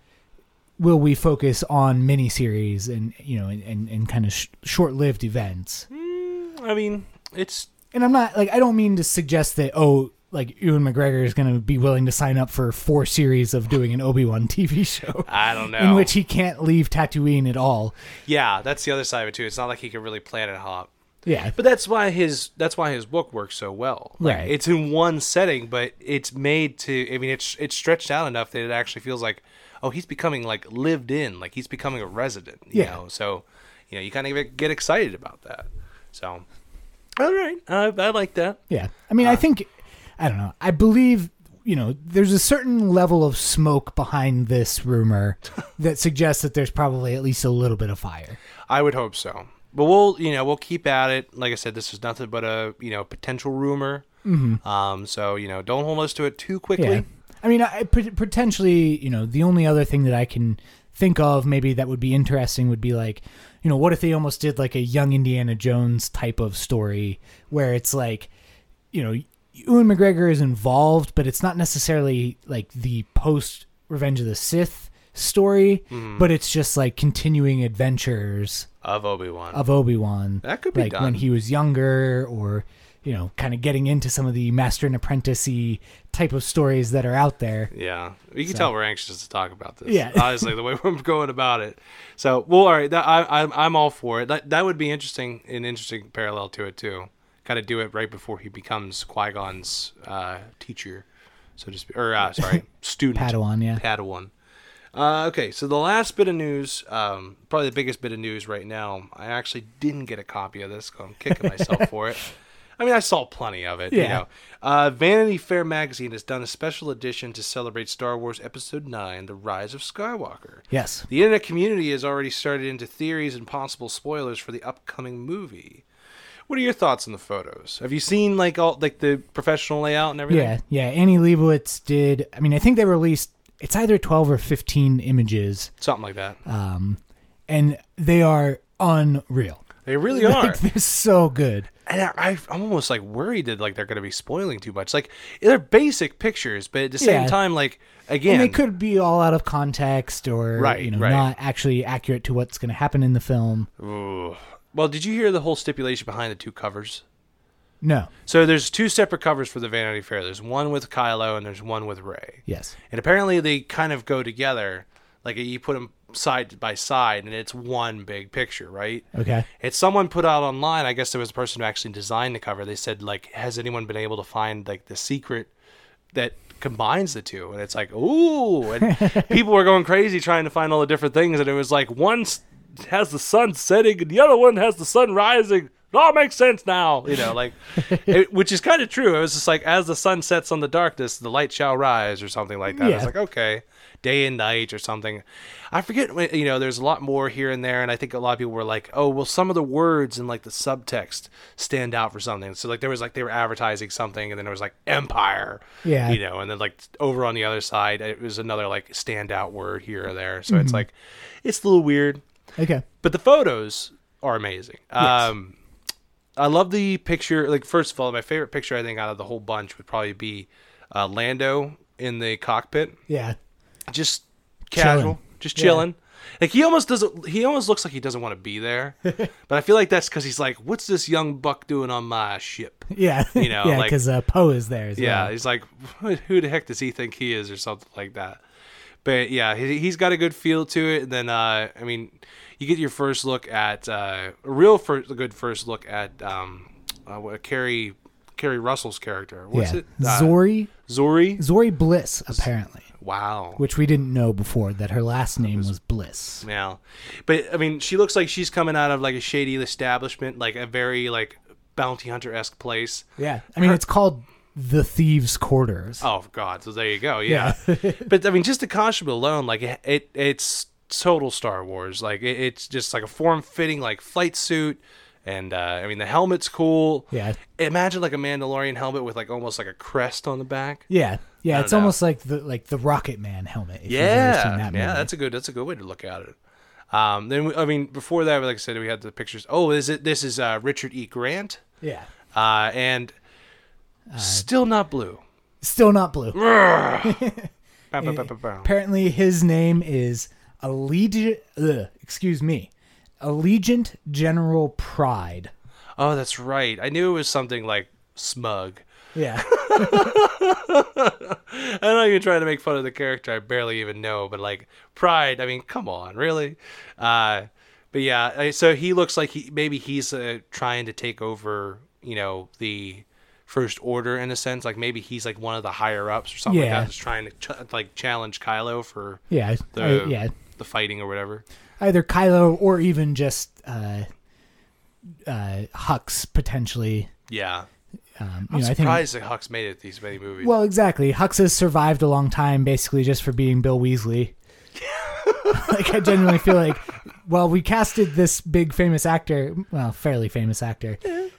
will we focus on miniseries and you know and, and, and kind of sh- short-lived events? I mean, it's And I'm not like I don't mean to suggest that oh like Ewan McGregor is going to be willing to sign up for four series of doing an Obi Wan TV show I don't know. in which he can't leave Tatooine at all. yeah, that's the other side of it too. It's not like he can really plan it hop. Yeah, But that's why his that's why his book works so well. Like, Right. It's in one setting, but it's made to. I mean, it's it's stretched out enough that it actually feels like, oh, he's becoming like lived in, like he's becoming a resident. You Yeah. Know? So, you know, you kind of get excited about that. So, all right, I, I like that. Yeah. I mean, I think, I don't know. I believe, you know, there's a certain level of smoke behind this rumor that suggests that there's probably at least a little bit of fire. I would hope so. But we'll, you know, we'll keep at it. Like I said, this is nothing but a, you know, potential rumor. Um, so you know, don't hold us to it too quickly. Yeah. I mean, I, pot- potentially, you know, the only other thing that I can think of maybe that would be interesting would be like, you know, what if they almost did like a young Indiana Jones type of story where it's like, you know, Ewan McGregor is involved, but it's not necessarily like the post Revenge of the Sith story, but it's just like continuing adventures Of Obi Wan. of Obi Wan. That could be like done. when he was younger, or you know, kind of getting into some of the master and apprenticey type of stories that are out there. Yeah, you can tell we're anxious to talk about this. Yeah. honestly, the way we're going about it. So, well, all right, that, I, I'm I'm all for it. That that would be interesting, an interesting parallel to it too. Got to do it right before he becomes Qui Gon's uh, teacher, so to speak, or uh, sorry, student. Padawan, yeah. Padawan. Uh, okay, so the last bit of news, um, probably the biggest bit of news right now. I actually didn't get a copy of this, 'cause I'm kicking myself for it. I mean, I saw plenty of it. You Yeah. know, uh, Vanity Fair magazine has done a special edition to celebrate Star Wars Episode Nine: The Rise of Skywalker. Yes. The internet community has already started into theories and possible spoilers for the upcoming movie. What are your thoughts on the photos? Have you seen like all like the professional layout and everything? Yeah, yeah. Annie Leibovitz did. I mean, I think they released it's either twelve or fifteen images, something like that. um, and they are unreal. they really are. Like, they're so good. and I, I- I'm almost like worried that like they're going to be spoiling too much. Like they're basic pictures, but at the same Yeah. time, like again, And they could be all out of context or Right, you know right. not actually accurate to what's going to happen in the film. Ooh. well, did you hear the whole stipulation behind the two covers? No. So there's two separate covers for the Vanity Fair. There's one with Kylo and there's one with Ray. Yes. And apparently they kind of go together. Like you put them side by side, and it's one big picture, right? Okay. It's someone put out online. I guess there was a person who actually designed the cover. They said like, has anyone been able to find like the secret that combines the two? And it's like, ooh, and people were going crazy trying to find all the different things. And it was like one s- has the sun setting and the other one has the sun rising. It all makes sense now, you know, like, it, which is kind of true. It was just like, as the sun sets on the darkness, the light shall rise, or something like that. It's Yeah. like, okay, day and night, or something. I forget, when- you know, there's a lot more here and there, and I think a lot of people were like, oh, well, some of the words in like the subtext stand out for something. So like, there was like they were advertising something, and then there was like empire, Yeah. you know, and then like over on the other side, it was another like standout word here or there. So Mm-hmm. it's like, it's a little weird Okay. but the photos are amazing. Um, I love the picture. Like first of all, my favorite picture I think out of the whole bunch would probably be uh, Lando in the cockpit, Yeah. just casual, Chilling. just chilling. Like he almost doesn't. He almost looks like he doesn't want to be there. but I feel like that's because he's like, "What's this young buck doing on my ship?" Yeah. You know, yeah, like- because uh, Poe is there as Yeah, well. he's like, who the heck does he think he is, or something like that. But yeah, he, he's got a good feel to it. And then, uh, I mean, you get your first look at uh, a real first, a good first look at um, uh, what, Carrie Carrie Russell's character. What's yeah. it? Uh, Zori Zori. Zori Bliss apparently, Wow. which we didn't know before that her last name was Bliss. Yeah, but I mean, she looks like she's coming out of like a shady establishment, like a very like bounty hunter esque place. Yeah. I mean, it's called the Thieves' Quarters. Oh God! So there you go. Yeah, but I mean, just the costume alone, like it, it it's total Star Wars. Like it, it's just like a form-fitting like flight suit, and uh, I mean the helmet's cool. Yeah. imagine like a Mandalorian helmet with like almost like a crest on the back. Yeah. Yeah. It's know. almost like the like the Rocket Man helmet. If You've ever Yeah, seen that yeah, movie. that's a good that's a good way to look at it. Um, then we, I mean, before that, like I said, we had the pictures. Oh, is it this is uh, Richard E. Grant, yeah. uh, and Uh, still not blue. Mm. Still not blue. eh, Bow, bow, bow, bow, bow. Apparently, his name is Allegiant, ugh, excuse me, Allegiant General Pride. Oh, that's right. I knew it was something like smug. Yeah. I'm not even trying to make fun of the character I barely even know, but like Pride, I mean, come on, really? Uh, but yeah, I- so he looks like he maybe he's uh, trying to take over, you know, the First Order in a sense. Like maybe he's like one of the higher ups or something Yeah. like that, just trying to ch- like challenge Kylo for Yeah. the I- yeah. the fighting or whatever. Either Kylo or even just uh, uh, Hux potentially. Yeah, Um, I'm you know, I think surprised that Hux made it these many movies. Well, exactly. Hux has survived a long time basically just for being Bill Weasley. like I genuinely feel like, well, we casted this big famous actor, well, fairly famous actor,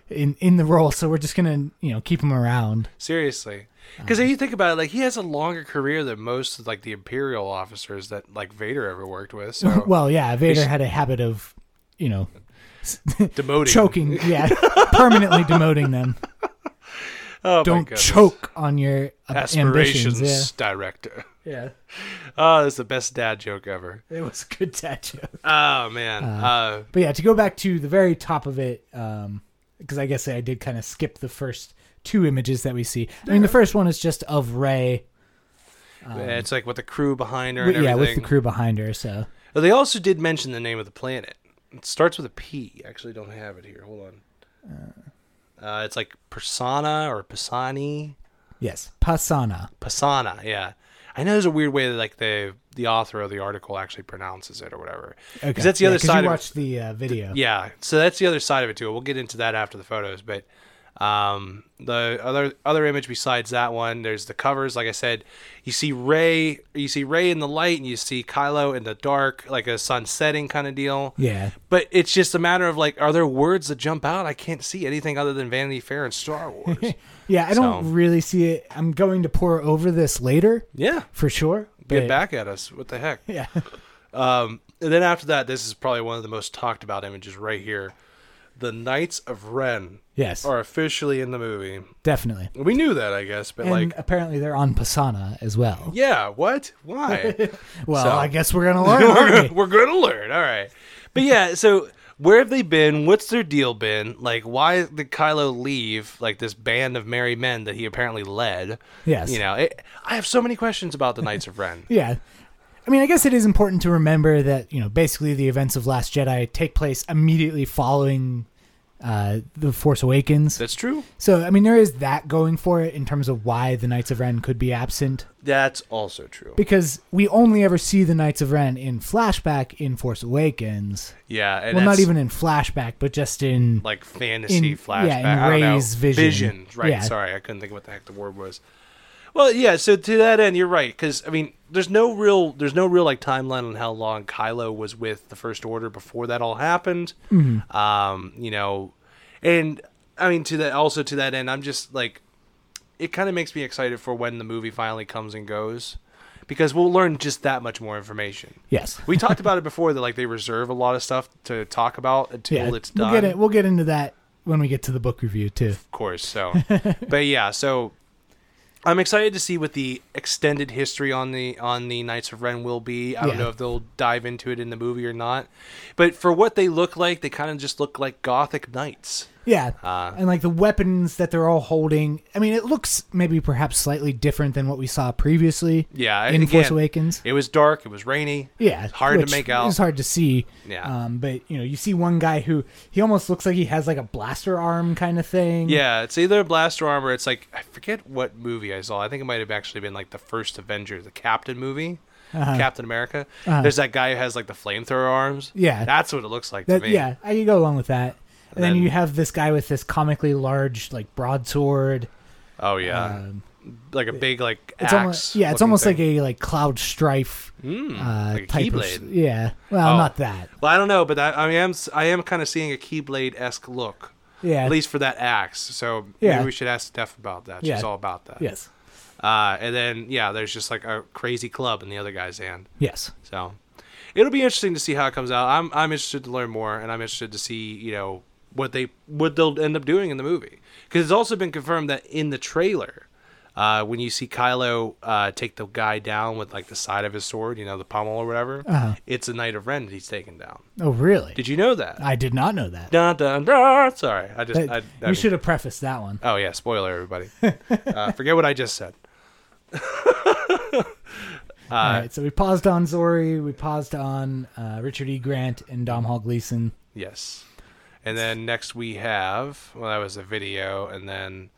in in the role, so we're just gonna you know keep him around. Seriously, uh-huh. because if you think about it, like he has a longer career than most of, like the Imperial officers that like Vader ever worked with. So Well, yeah, Vader He's- had a habit of, you know, demoting, choking, yeah, permanently demoting them. Oh, my Don't goodness. choke on your uh, aspirations ambitions. Yeah, director. yeah, Oh, that's the best dad joke ever. it was a good tattoo. Oh man, uh, But yeah, to go back to the very top of it, because I guess I did kind of skip the first two images that we see. I mean, the first one is just of Ray, Uh, it's like with the crew behind her and yeah, um, with the everything. crew behind her. So Well, They also did mention the name of the planet. It starts with a P. I actually don't have it here. Hold on. Uh, it's like Persona or Pisani. yes, Pasana. Pasana, yeah. I know there's a weird way that like the the author of the article actually pronounces it or whatever. Because Okay, that's the Yeah, other 'cause side You of watched the uh, video. it. Yeah, so that's the other side of it too. We'll get into that after the photos, but um, the other other image besides that one, there's the covers. Like I said, you see Ray, you see Ray in the light, and you see Kylo in the dark, like a sun setting kind of deal. yeah, But it's just a matter of like, are there words that jump out? I can't see anything other than Vanity Fair and Star Wars. yeah. I don't So- really see it. I'm going to pour over this later yeah, for sure. get but- back at us. What the heck? Yeah, Um, and then after that, this is probably one of the most talked about images right here. The Knights of Ren yes, are officially in the movie. definitely. We knew that, I guess, but And uh, like, apparently they're on Pasana as well. yeah, what? Why? Well, so- I guess we're gonna learn. aren't we? We're going to learn. All right. But yeah, so where have they been? What's their deal been? Like, why did Kylo leave, like, this band of merry men that he apparently led? Yes. You know, it, I have so many questions about the Knights of Ren. Yeah. I mean, I guess it is important to remember that, you know, basically the events of Last Jedi take place immediately following uh, The Force Awakens. That's true. So, I mean, there is that going for it in terms of why the Knights of Ren could be absent, That's also true. because we only ever see the Knights of Ren in flashback in Force Awakens. Yeah. And Well, not that's- even in flashback, but just in. like fantasy In- flashback. yeah, in I don't know. Rey's vision. Visions, right? Yeah. Sorry, I couldn't think of what the heck the word was. Well, yeah. So to that end, you're right because I mean, there's no real, there's no real like timeline on how long Kylo was with the First Order before that all happened. Mm-hmm. Um, you know, and I mean to that also to that end, I'm just like, it kind of makes me excited for when the movie finally comes and goes. Because we'll learn just that much more information. yes. We talked about it before that like they reserve a lot of stuff to talk about until Yeah. it's done We'll get, it, we'll get into that when we get to the book review, too. course. So, but yeah, so I'm excited to see what the extended history on the on the Knights of Ren will be. I don't Yeah. know if they'll dive into it in the movie or not, but for what they look like, they kind of just look like gothic knights. Yeah. Uh, and like the weapons that they're all holding. I mean, it looks maybe perhaps slightly different than what we saw previously. Yeah, In again, Force Awakens. it was dark. It was rainy. Yeah. it's hard which to make out. It's hard to see. Yeah. Um, but you know, you see one guy who he almost looks like he has like a blaster arm kind of thing. Yeah, it's either a blaster arm or it's like I forget what movie I saw. I think it might have actually been like the first Avenger, the Captain movie, Uh-huh. Captain America. There's that guy who has like the flamethrower arms. Yeah. that's what it looks like That, to me. yeah, I could go along with that. And then, then- you have this guy with this comically large like broadsword. Oh yeah, Um, like a big like it's axe. almost yeah, it's looking almost thing. Hmm, like a like cloud strife uh, like a type Keyblade. of yeah. Well, Oh. not that. Well, I don't know, but that, I am I am kind of seeing a Keyblade esque look, Yeah. at least for that axe. So Yeah. maybe we should ask Steph about that. Yeah. She's all about that. yes. Uh, and then yeah, there's just like a crazy club in the other guy's hand. Yes. So it'll be interesting to see how it comes out. I'm I'm interested to learn more, and I'm interested to see you know what they what they'll end up doing in the movie because it's also been confirmed that in the trailer. Uh, when you see Kylo uh, take the guy down with like the side of his sword, you know, the pommel or whatever, Uh-huh. it's a Knight of Ren that he's taken down. Oh, really? Did you know that? I did not know that. Dun, dun, dun. Sorry, I just That- I, I you mean- should have prefaced that one. Oh yeah, spoiler everybody. uh, forget what I just said. Ah. All right, so we paused on Zori, we paused on uh, Richard E. Grant and Dom Hall Gleason. Yes. And then next we have well that was a video and then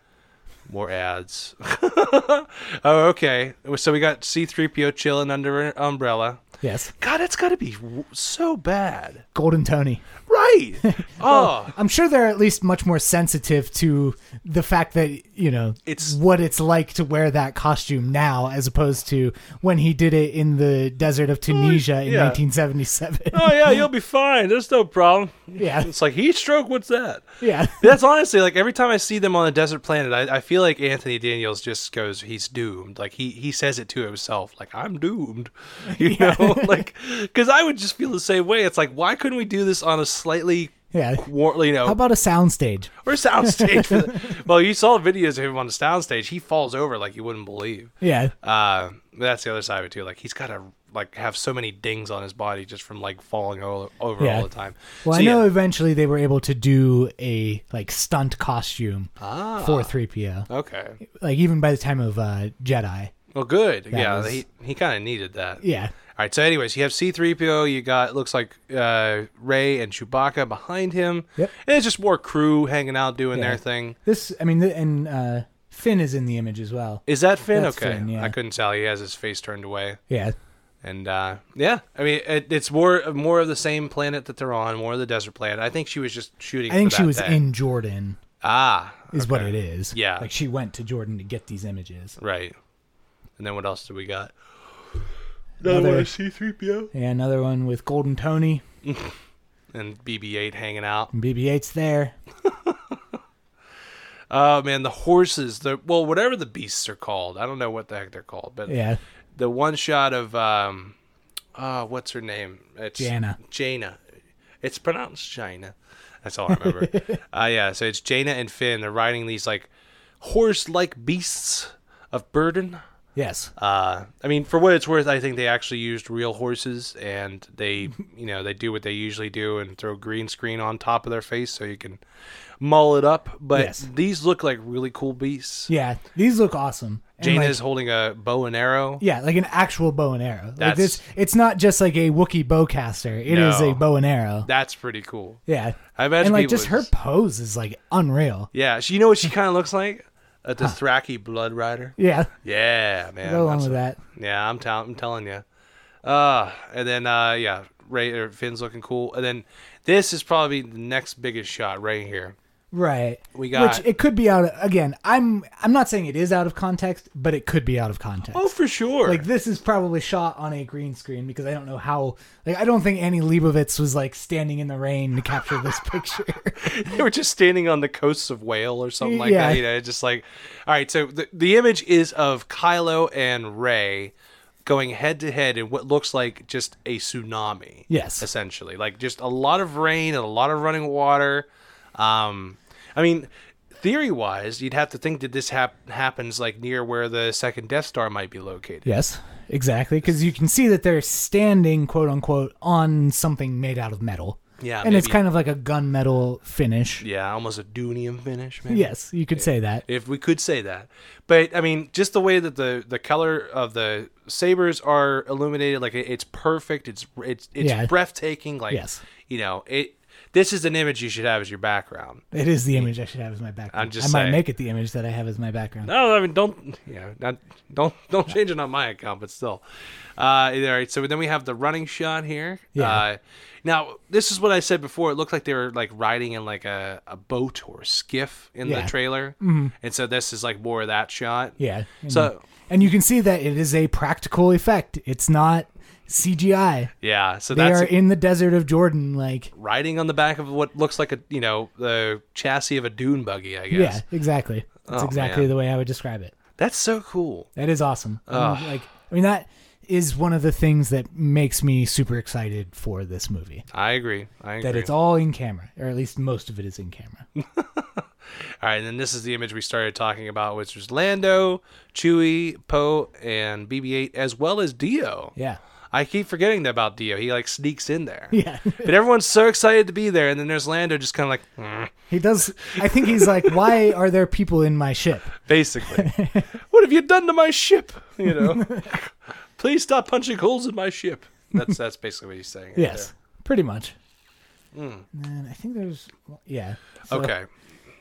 more ads. oh okay. So we got C3PO chilling under an umbrella. Yes, God, that's got to be w- so bad. Golden Tony. Right. oh, I'm sure they're at least much more sensitive to the fact that you know It's- what it's like to wear that costume now, as opposed to when he did it in the desert of Tunisia in Oh, yeah. 1977. oh yeah, you'll be fine. There's no problem. Yeah. It's like heat stroke, what's that? yeah, That's honestly like every time I see them on a desert planet, I, I feel like Anthony Daniels just goes, "He's doomed." Like he he says it to himself, like "I'm doomed," you know, like because I would just feel the same way. It's like why couldn't we do this on a slightly yeah. quar- you know, How about a soundstage? or soundstage? For the, well, you saw videos of him on the soundstage. He falls over like you wouldn't believe. Yeah, Uh, that's the other side of it too. Like he's got to like have so many dings on his body just from like falling all, over Yeah. all the time. Well, So, I know yeah. eventually they were able to do a like stunt costume Ah. for 3PO. Okay. Like even by the time of uh, Jedi. Well, good. yeah, was- he he kind of needed that. Yeah. All right. So, anyways, you have C-3PO. You got looks like uh, Ray and Chewbacca behind him. Yep. And it's just more crew hanging out doing Yeah. their thing. This I mean th- and uh, Finn is in the image as well. Is that Finn? That's okay. Finn, yeah. I couldn't tell. He has his face turned away. Yeah. And uh, yeah, I mean, it, it's more more of the same planet that they're on, more of the desert planet. I think she was just shooting. I think for she that was day. in Jordan Ah, is what okay. it is. Yeah. Like she went to Jordan to get these images. Right. And then what else do we got? Another- one of C-3PO Yeah, another one with Golden Tony and BB-8 hanging out. and BB-8's there. Oh man, the horses, the well, whatever the beasts are called, I don't know what the heck they're called, but Yeah. the one shot of um, uh, what's her name? It's Jaina. Jaina. It's pronounced Jaina. That's all I remember. uh, yeah, so it's Jaina and Finn. They're riding these like horse-like beasts of burden. Yes. Uh, I mean, for what it's worth, I think they actually used real horses, and they, you know, they do what they usually do and throw green screen on top of their face so you can mull it up. But Yes. these look like really cool beasts. Yeah. These look awesome. And, Jaina like, is holding a bow and arrow. Yeah, like an actual bow and arrow. like That's- this it's not just like a Wookiee bowcaster. It is No. a bow and arrow. That's pretty cool. Yeah. I imagine and like people just her would- pose is like unreal. Yeah, she, you know what she kind of looks like? A Dothraki blood rider. Yeah. Yeah, man. Go along that's- with that. Yeah, I'm, tell- I'm telling you. Uh, and then uh, yeah, Ray or Finn's looking cool. And then this is probably the next biggest shot right here. Right. We got- Which it could be out of, again, I'm I'm not saying it is out of context, but it could be out of context. Oh, for sure. Like this is probably shot on a green screen because I don't know how like I don't think Annie Leibovitz was like standing in the rain to capture this picture. they were just standing on the coasts of Whale or something like Yeah. that. You know, just like, all right. So the, the image is of Kylo and Ray going head to head in what looks like just a tsunami. Yes. essentially, like just a lot of rain and a lot of running water. Um, I mean, theory wise, you'd have to think that this hap- happens like near where the second Death Star might be located. yes. Exactly, because you can see that they're standing, quote unquote, on something made out of metal. Yeah, and it's maybe- kind of like a gunmetal finish. Yeah, almost a Dunium finish. Maybe. Yes, you could say that. if we could say that. But I mean, just the way that the the color of the sabers are illuminated, like it, it's perfect. It's it's it's Yeah. breathtaking. Like Yes. you know, it. This is an image you should have as your background. It is the image I should have as my background. I'm just I might saying. make it the image that I have as my background. No, Oh, I mean don't yeah, not, don't don't change it on my account, but still. Uh, all right, so then we have the running shot here. Yeah. Uh, now this is what I said before. It looked like they were like riding in like a, a boat or skiff in Yeah. Mm-hmm. the trailer, and so this is like more of that shot. Yeah. and- So and you can see that it is a practical effect. It's not CGI. yeah, so They that's are a- in the desert of Jordan, like riding on the back of what looks like a you know the chassis of a dune buggy i guess yeah, exactly. That's Oh, exactly man. the way I would describe it. that's so cool That is awesome. I mean, like I mean that is one of the things that makes me super excited for this movie. i agree i agree That it's all in camera, or at least most of it is in camera. All right, and then this is the image we started talking about, which was Lando, Chewie, Poe, and BB-8, as well as Dio. Yeah. I keep forgetting about Dio. He like sneaks in there. Yeah. but everyone's so excited to be there, and then there's Lando, just kind of like, "Mm," He does. I think he's like, why are there people in my ship? basically, what have you done to my ship? You know, please stop punching holes in my ship. That's that's basically what he's saying. right Yes, pretty much. And I think there's, yeah. there. So- Hmm. Okay.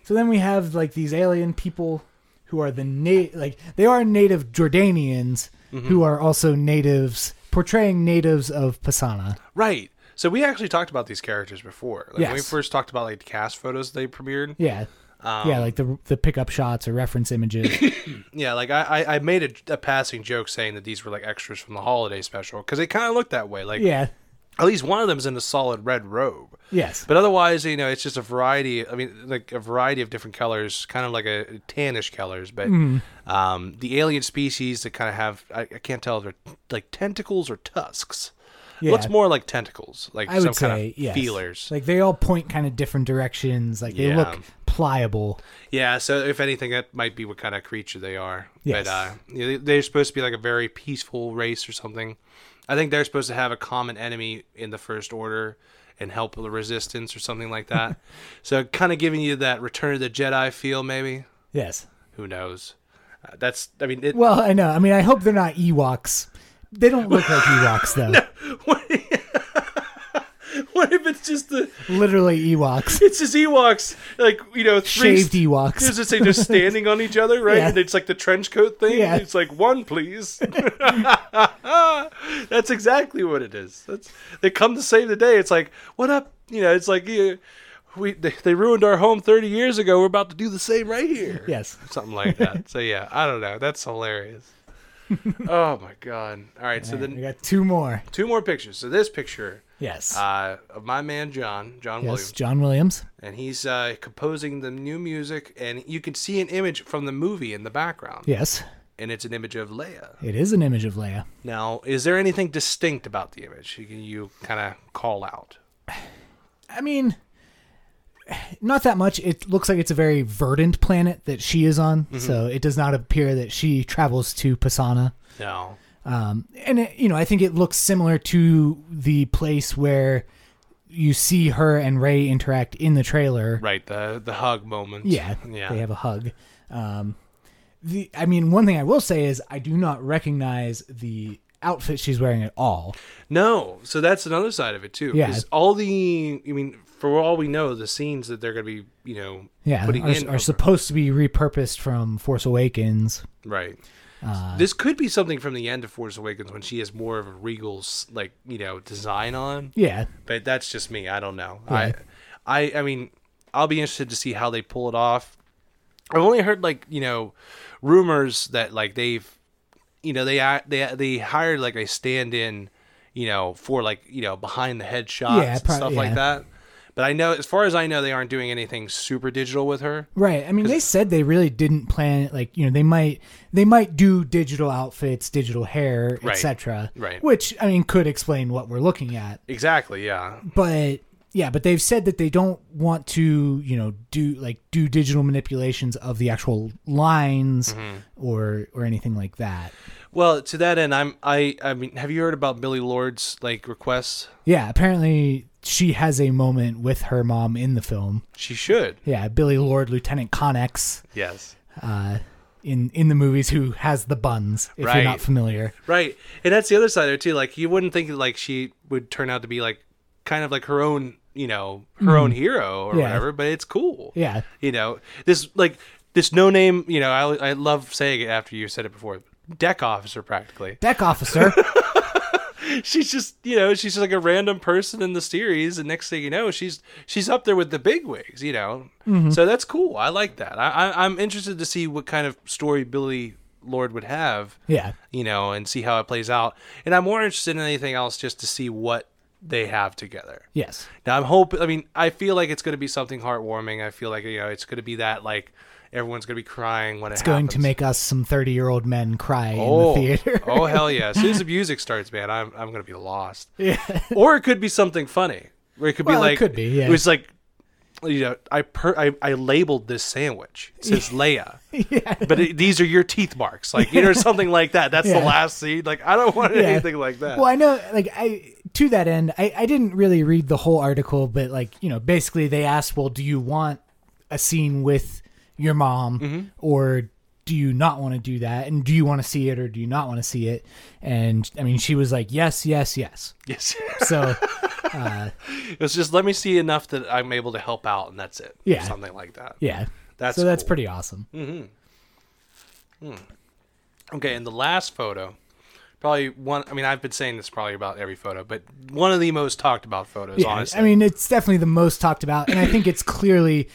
So then we have like these alien people who are the native, like they are native Jordanians Mm-hmm. who are also natives portraying natives of Pisana. Right. So we actually talked about these characters before. Like when we Yes. first talked about like the cast photos they premiered. Yeah. Um, yeah, like the the pickup shots or reference images. Yeah, like I, I, I made a, a passing joke saying that these were like extras from the holiday special because they kind of looked that way. Like yeah. at least one of them's in a solid red robe. Yes. But otherwise, you know, it's just a variety. I mean, like a variety of different colors, kind of like a tannish colors. But Mm-hmm. um, the alien species that kind of have, I, I can't tell if they're like tentacles or tusks. Yeah. Looks more like tentacles, like I some would kind say of yes. feelers. Like they all point kind of different directions. Like they Yeah. look pliable. Yeah, so if anything, that might be what kind of creature they are. Yes. But uh, you know, they- they're supposed to be like a very peaceful race or something. I think they're supposed to have a common enemy in the First Order and help the Resistance or something like that. so kind of giving you that Return of the Jedi feel, maybe. Yes. Who knows? Uh, that's, I mean, it, Well, I know. I mean, I hope they're not Ewoks. They don't look like Ewoks though. what, what if it's just the, Literally Ewoks. it's just Ewoks, like, you know, three, Shaved Ewoks. It's just like they're standing on each other, right? Yeah. And it's like the trench coat thing. Yeah. It's like one, please. That's exactly what it is. That's they come to save the day. It's like what up? You know, it's like yeah, we they, they ruined our home thirty years ago. We're about to do the same right here. Yes. something like that. so yeah, I don't know. That's hilarious. oh my god! All right, so We then got two more. two more pictures. So this picture Yes. uh, of my man John John yes. Williams John Williams. and he's uh, composing the new music and you can see an image from the movie in the background Yes. and it's an image of leia It is an image of Leia. now is there anything distinct about the image you can you kind of call out I mean, not that much. It looks like it's a very verdant planet that she is on, Mm-hmm. so it does not appear that she travels to Pisana. no Um, and it, you know, I think it looks similar to the place where you see her and Ray interact in the trailer. right the the hug moment Yeah, yeah They have a hug. Um, the I mean, one thing I will say is I do not recognize the outfit she's wearing at all. no so that's another side of it too Yeah. 'cause all the i mean for all we know the scenes that they're going to be you know Yeah, putting are, in are over- supposed to be repurposed from Force Awakens. right Uh, this could be something from the end of Force Awakens when she has more of a regal, s- like you know, design on. Yeah, but that's just me. I don't know. I, I, I mean, I'll be interested to see how they pull it off. I've only heard like you know, rumors that like they've, you know, they they they hired like a stand-in, you know, for like you know behind the head shots Yeah, and prob- stuff yeah. like that. But I know, as far as I know, they aren't doing anything super digital with her. Right. I mean, they said they really didn't plan like, you know, they might they might do digital outfits, digital hair, Right. etc. Right. Which I mean could explain what we're looking at. Exactly. Yeah. But yeah, but they've said that they don't want to, you know, do like do digital manipulations of the actual lines Mm-hmm. or or anything like that. Well, to that end, I'm I I mean, have you heard about Billy Lord's like requests? Yeah, apparently she has a moment with her mom in the film. She should. Yeah, Billy Lord, Lieutenant Connex, Yes. uh in in the movies who has the buns if you're Right. not familiar. Right. And that's the other side of it too. Like you wouldn't think that like she would turn out to be like kind of like her own, you know, her own hero or Mm-hmm. Yeah. whatever, but it's cool. Yeah. You know, this like this no name, you know, I I love saying it after you said it before. Deck officer practically. Deck officer. She's just, you know, she's just like a random person in the series and next thing you know, she's she's up there with the big wigs, you know. Mm-hmm. So that's cool. I like that. I, I I'm interested to see what kind of story Billy Lord would have. yeah. you know, and see how it plays out. And I'm more interested in anything else just to see what they have together. Yes. Now I'm hoping. I mean, I feel like it's going to be something heartwarming. I feel like you know it's going to be that like everyone's going to be crying when it's it Going happens. to make us some 30 year old men cry oh in the theater. oh hell yeah! As soon as the music starts, man, I'm I'm going to be lost. yeah. Or it could be something funny. Where it could Well, be it like could be, yeah. It was like you know, I per- I, I labeled this sandwich. It says Leia, but it, these are your teeth marks, like you know, something like that. That's the Yeah. last scene. Like I don't want Yeah. anything like that. Well, I know, like I to that end, I, I didn't really read the whole article, but like you know, basically they asked, well, do you want a scene with your mom, Mm-hmm. or do you not want to do that, and do you want to see it, or do you not want to see it? And I mean, she was like, yes, yes, yes. Yes, So it was just let me see enough that I'm able to help out, and that's it. Yeah. something like that. yeah, That's so that's cool. pretty awesome. Okay, and the last photo, probably one. I mean, I've been saying this probably about every photo, but one of the most talked about photos, Yeah, honestly. I mean, it's definitely the most talked about, and I think it's clearly,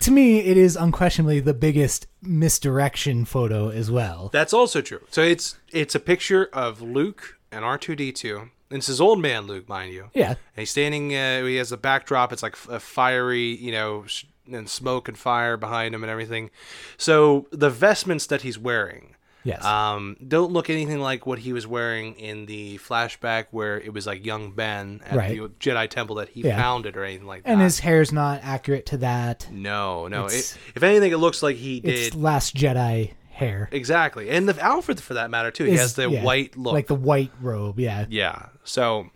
to me, it is unquestionably the biggest misdirection photo as well. That's also true. So it's it's a picture of Luke and R two D two. This is old man Luke, mind you. Yeah. And he's standing. Uh, he has a backdrop. It's like f- a fiery, you know, sh- and smoke and fire behind him and everything. So the vestments that he's wearing. Yes. Um, don't look anything like what he was wearing in the flashback where it was like young Ben at Right. the Jedi Temple that he Yeah. founded or anything like that. and his hair's not accurate to that. no, no. It's- It, if anything, it looks like he It's did Last Jedi hair. exactly, and the outfit for that matter too. he Is- has the yeah, white look, like the white robe. Yeah, Yeah. So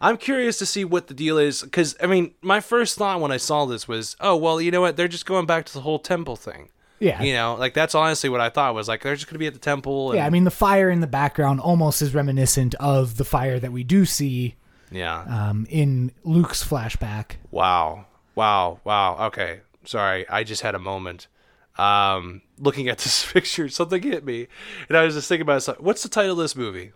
I'm curious to see what the deal is cuz I mean, my first thought when I saw this was, oh, well, you know what? They're just going back to the whole temple thing. yeah, You know, like that's honestly what I thought was like they're just going to be at the temple and yeah. I mean, the fire in the background almost is reminiscent of the fire that we do see Yeah. um, in Luke's flashback. Wow. Wow. Wow. Okay. Sorry. I just had a moment. Um looking at this picture, something hit me. And I was just thinking about it, it's like, what's the title of this movie?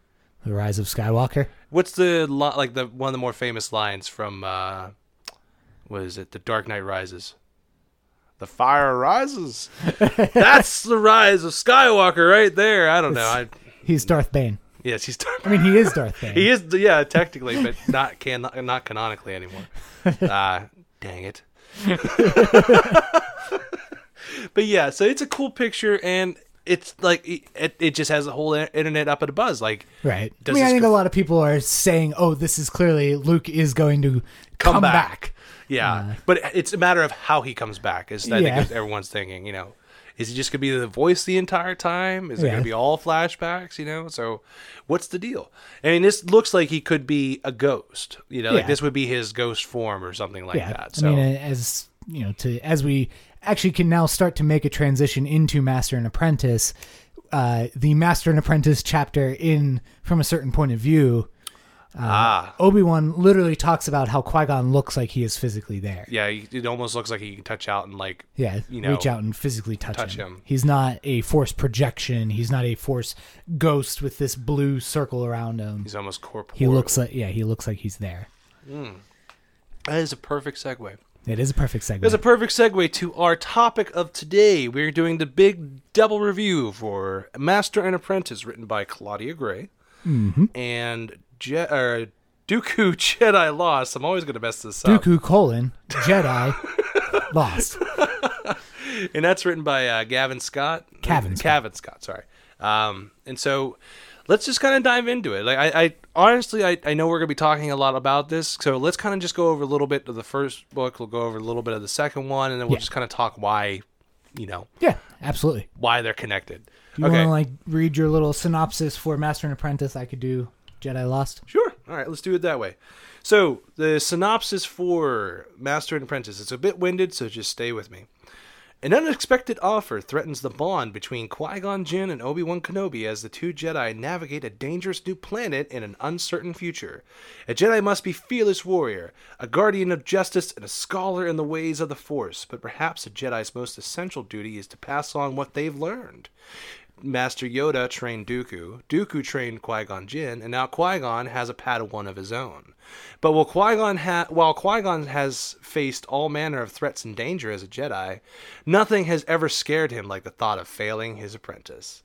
The Rise of Skywalker. What's the li- like the one of the more famous lines from uh what is it? The Dark Knight Rises. The fire rises. That's the rise of Skywalker right there. I don't know. I He's Darth Bane. yes, he's Dark. I mean, he is Darth Bane. he is yeah, technically, but not can not canonically anymore. Ah, dang it. but yeah, so it's a cool picture and it's like it, it just has the whole internet up at a buzz like Right. Does I mean, I this think go- a lot of people are saying, "Oh, this is clearly Luke is going to come, back. Yeah, but it's a matter of how he comes back. Is I Uh. Yeah. think is everyone's thinking? You know, is he just gonna be the voice the entire time? Is it Yeah. gonna be all flashbacks? You know, so what's the deal? I mean, this looks like he could be a ghost. You know, like Yeah. this would be his ghost form or something like Yeah. that. So I mean, uh, as you know, to as we actually can now start to make a transition into Master and Apprentice, uh, the Master and Apprentice chapter in from a certain point of view, ah, Obi Wan literally talks about how Qui Gon looks like he is physically there. yeah, he- it almost looks like he can touch out and like Yeah, you know, reach out and physically touch, touch him. him. He's not a force projection. He's not a force ghost with this blue circle around him. he's almost corporeal. He looks like yeah, he looks like he's there. that is a perfect segue. It is a perfect segment. That's a perfect segue to our topic of today. We're doing the big double review for Master and Apprentice, written by Claudia Gray Mm-hmm. and Je- or Dooku Jedi Lost. I'm always going to mess this up. Dooku colon Jedi lost. And that's written by uh, Gavin Scott. Cavin Scott. Cavin Scott, sorry. Um, and so let's just kind of dive into it. Like, I, I honestly, I, I know we're going to be talking a lot about this. So let's kind of just go over a little bit of the first book. We'll go over a little bit of the second one, and then we'll Yeah. just kind of talk why, you know, Yeah, absolutely. why they're connected. You want to like read your little synopsis for Master and Apprentice? I could do Jedi Lost. Sure. All right, let's do it that way. So, the synopsis for Master and Apprentice. It's a bit winded, so just stay with me. An unexpected offer threatens the bond between Qui Gon Jinn and Obi Wan Kenobi as the two Jedi navigate a dangerous new planet in an uncertain future. A Jedi must be fearless warrior, a guardian of justice, and a scholar in the ways of the Force, but perhaps a Jedi's most essential duty is to pass on what they've learned. Master Yoda trained Dooku, Dooku trained Qui Gon Jinn, and now Qui Gon has a Padawan of his own. But while Qui Gon ha- while Qui Gon has faced all manner of threats and danger as a Jedi, nothing has ever scared him like the thought of failing his apprentice.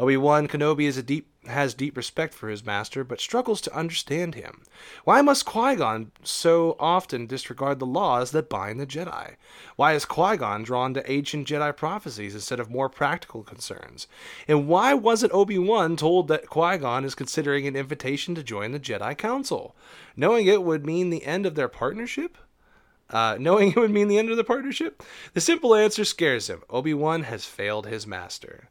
Obi Wan Kenobi is a deep has deep respect for his master, but struggles to understand him. Why must Qui Gon so often disregard the laws that bind the Jedi? Why is Qui Gon drawn to ancient Jedi prophecies instead of more practical concerns? And why wasn't Obi Wan told that Qui Gon is considering an invitation to join the Jedi Council? Knowing it would mean the end of their partnership? Uh, knowing it would mean the end of the partnership, the simple answer scares him. Obi Wan has failed his master.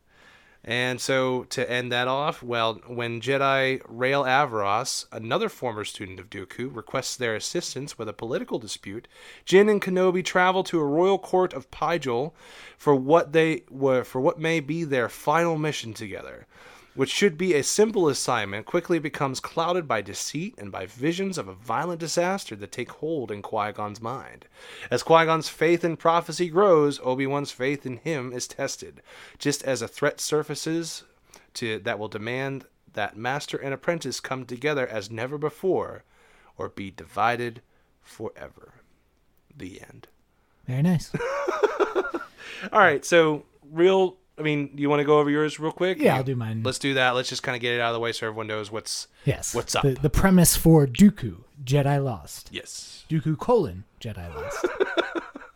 And so to end that off, well, when Jedi Rail Avaros, another former student of Dooku, requests their assistance with a political dispute, Jin and Kenobi travel to a royal court of Pyjol for what they were for what may be their final mission together. Which should be a simple assignment quickly becomes clouded by deceit and by visions of a violent disaster that take hold in Qui Gon's mind. As Qui Gon's faith in prophecy grows, Obi Wan's faith in him is tested, just as a threat surfaces to, that will demand that master and apprentice come together as never before or be divided forever. The end. Very nice. All right, so real. I mean, you want to go over yours real quick? Yeah, I'll do mine. Let's do that. Let's just kind of get it out of the way so everyone knows what's Yes. What's up? The, the premise for Dooku, Jedi Lost. yes. Dooku colon Jedi Lost.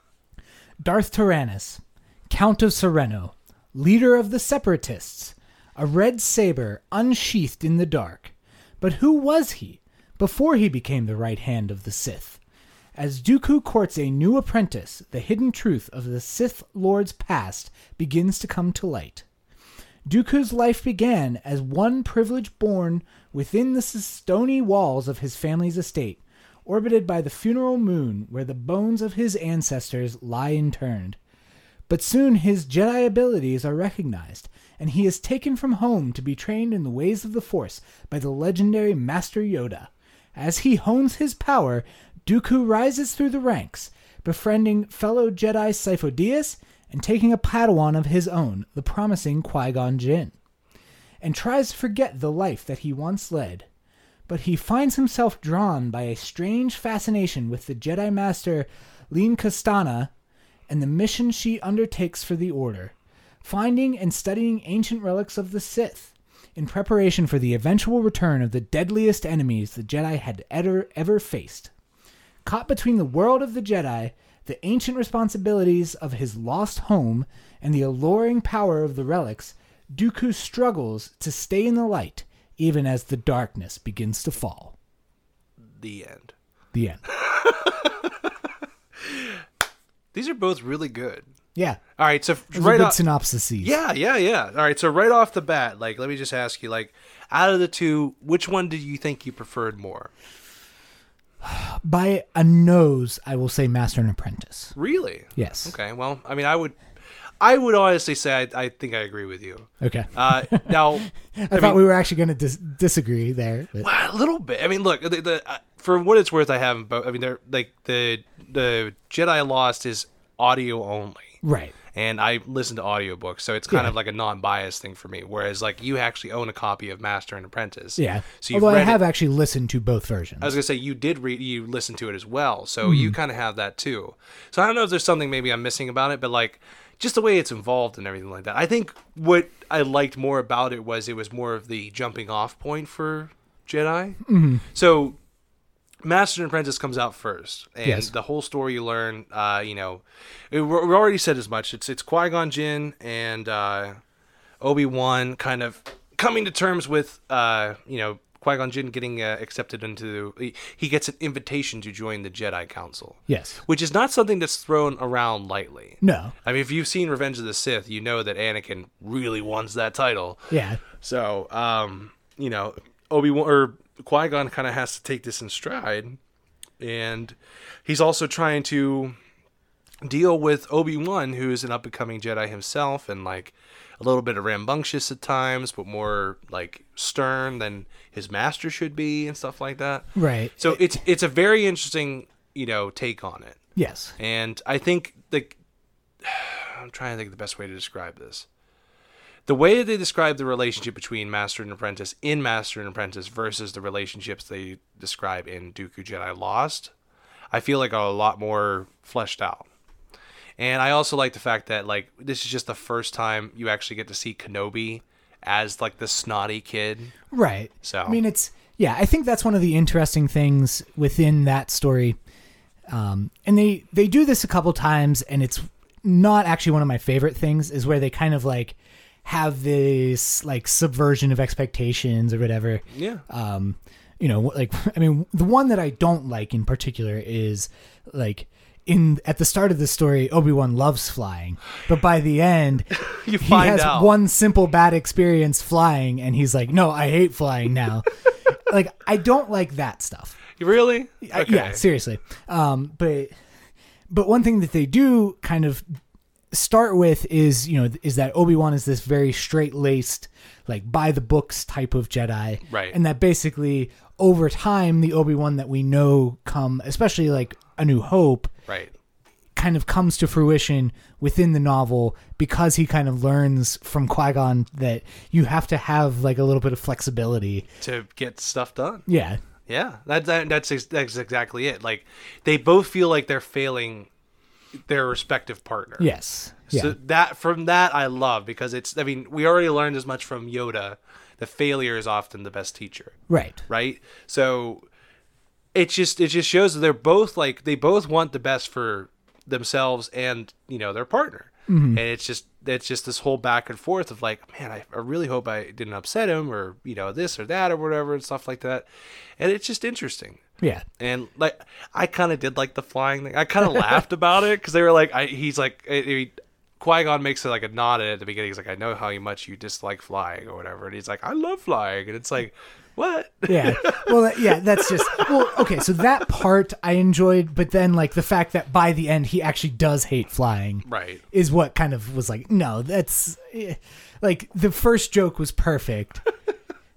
Darth Tyrannus, Count of Sereno, leader of the Separatists, a red saber unsheathed in the dark. But who was he before he became the right hand of the Sith? As Dooku courts a new apprentice, the hidden truth of the Sith Lord's past begins to come to light. Dooku's life began as one privilege born within the s- stony walls of his family's estate, orbited by the funeral moon where the bones of his ancestors lie interned. But soon his Jedi abilities are recognized, and he is taken from home to be trained in the ways of the Force by the legendary Master Yoda. As he hones his power, Dooku rises through the ranks, befriending fellow Jedi Sifo-Dyas and taking a Padawan of his own, the promising Qui-Gon Jinn, and tries to forget the life that he once led. But he finds himself drawn by a strange fascination with the Jedi Master Lin Castana and the mission she undertakes for the Order, finding and studying ancient relics of the Sith in preparation for the eventual return of the deadliest enemies the Jedi had ever, ever faced. Caught between the world of the Jedi, the ancient responsibilities of his lost home, and the alluring power of the relics, Dooku struggles to stay in the light even as the darkness begins to fall. The end. The end. These are both really good. Yeah. All right, so Those are right good off, synopses. yeah, yeah, yeah. All right, so right off the bat, like, let me just ask you, like, out of the two, which one did you think you preferred more? By a nose, I will say Master and Apprentice. Really? Yes. Okay. Well, I mean, I would, I would honestly say I, I think I agree with you. Okay. Uh, now, I, thought we were actually going to dis- disagree there. But a little bit. I mean, look, the, the, uh, for what it's worth, I haven't. But I mean, they're like the the Jedi Lost is audio only. right. and I listen to audiobooks, so it's kind of like a non-biased thing for me. Whereas like you actually own a copy of Master and Apprentice. Yeah. So you've Although I read have It. actually listened to both versions. I was gonna say you did read, you listened to it as well, so you Mm-hmm. kind of have that too. So I don't know if there's something maybe I'm missing about it, but like just the way it's involved and everything like that. I think what I liked more about it was it was more of the jumping off point for Jedi. Mm-hmm. So Master and Apprentice comes out first, and Yes. the whole story you learn, uh, you know, it, we we already said as much. It's it's Qui Gon Jinn and uh, Obi Wan kind of coming to terms with, uh, you know, Qui Gon Jinn getting uh, accepted into he, he gets an invitation to join the Jedi Council, yes. which is not something that's thrown around lightly. No. I mean, if you've seen Revenge of the Sith, you know that Anakin really wants that title. Yeah. So, um, you know, Obi Wan or Qui Gon kind of has to take this in stride, and he's also trying to deal with Obi Wan, who is an up and coming Jedi himself, and like a little bit of rambunctious at times, but more like stern than his master should be, and stuff like that. Right. So it's it's a very interesting you know take on it, Yes. and I think the I'm trying to think of the best way to describe this. The way they describe the relationship between Master and Apprentice in Master and Apprentice versus the relationships they describe in Dooku Jedi Lost, I feel like are a lot more fleshed out. And I also like the fact that like this is just the first time you actually get to see Kenobi as like the snotty kid. Right. So- I mean, it's yeah. I think that's one of the interesting things within that story, um, and they they do this a couple times, and it's not actually one of my favorite things. Is where they kind of like have this like subversion of expectations or whatever. Yeah. Um, you know, like I mean, the one that I don't like in particular is like in at the start of the story, Obi Wan loves flying, but by the end, You he find has out. one simple bad experience flying, and he's like, "No, I hate flying now." like I don't like that stuff. Really? I- Yeah, seriously. Um, but but one thing that they do kind of start with is you know is that Obi Wan is this very straight laced, like by the books type of Jedi, Right. And that basically over time the Obi Wan that we know come, especially like A New Hope, Right. kind of comes to fruition within the novel because he kind of learns from Qui Gon that you have to have like a little bit of flexibility. To get stuff done. Yeah. Yeah, that, that that's ex- that's exactly it. Like they both feel like they're failing their respective partner. Yes. Yeah. So that from that I love because it's I mean, we already learned as much from Yoda that failure is often the best teacher, right. right? So it just it just shows that they're both like they both want the best for themselves and, you know, their partner. And it's just it's just this whole back and forth of like, man, I, I really hope I didn't upset him or, you know, this or that or whatever and stuff like that. And it's just interesting Yeah. and like I kind of did like the flying thing. I kind of laughed about it because they were like, I, he's like, Qui Gon makes it like a nod at it at the beginning. He's like, I know how much you dislike flying or whatever, and he's like, I love flying, and it's like, what? yeah well that- yeah that's just well okay so that part i enjoyed but then like the fact that by the end he actually does hate flying Right. is what kind of was like no that's eh. like the first joke was perfect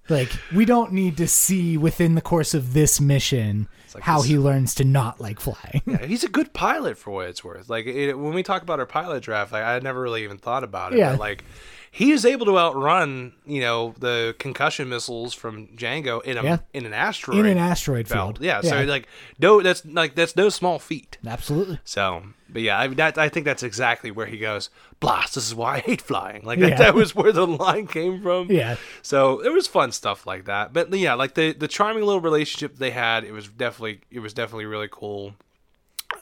like we don't need to see within the course of this mission like how this- he learns to not like flying Yeah, he's a good pilot for what it's worth. Like it, when we talk about our pilot draft, like, I never really even thought about it. Yeah. But, like he is able to outrun, you know, the concussion missiles from Django in a Yeah. in an asteroid in an asteroid belt. field yeah. So like no, that's like that's no small feat. absolutely So, but yeah, I, that, I think that's exactly where he goes. Blast! This is why I hate flying. Like Yeah. that, that was where the line came from. Yeah. So it was fun stuff like that. But yeah, like the the charming little relationship they had, it was definitely it was definitely really cool.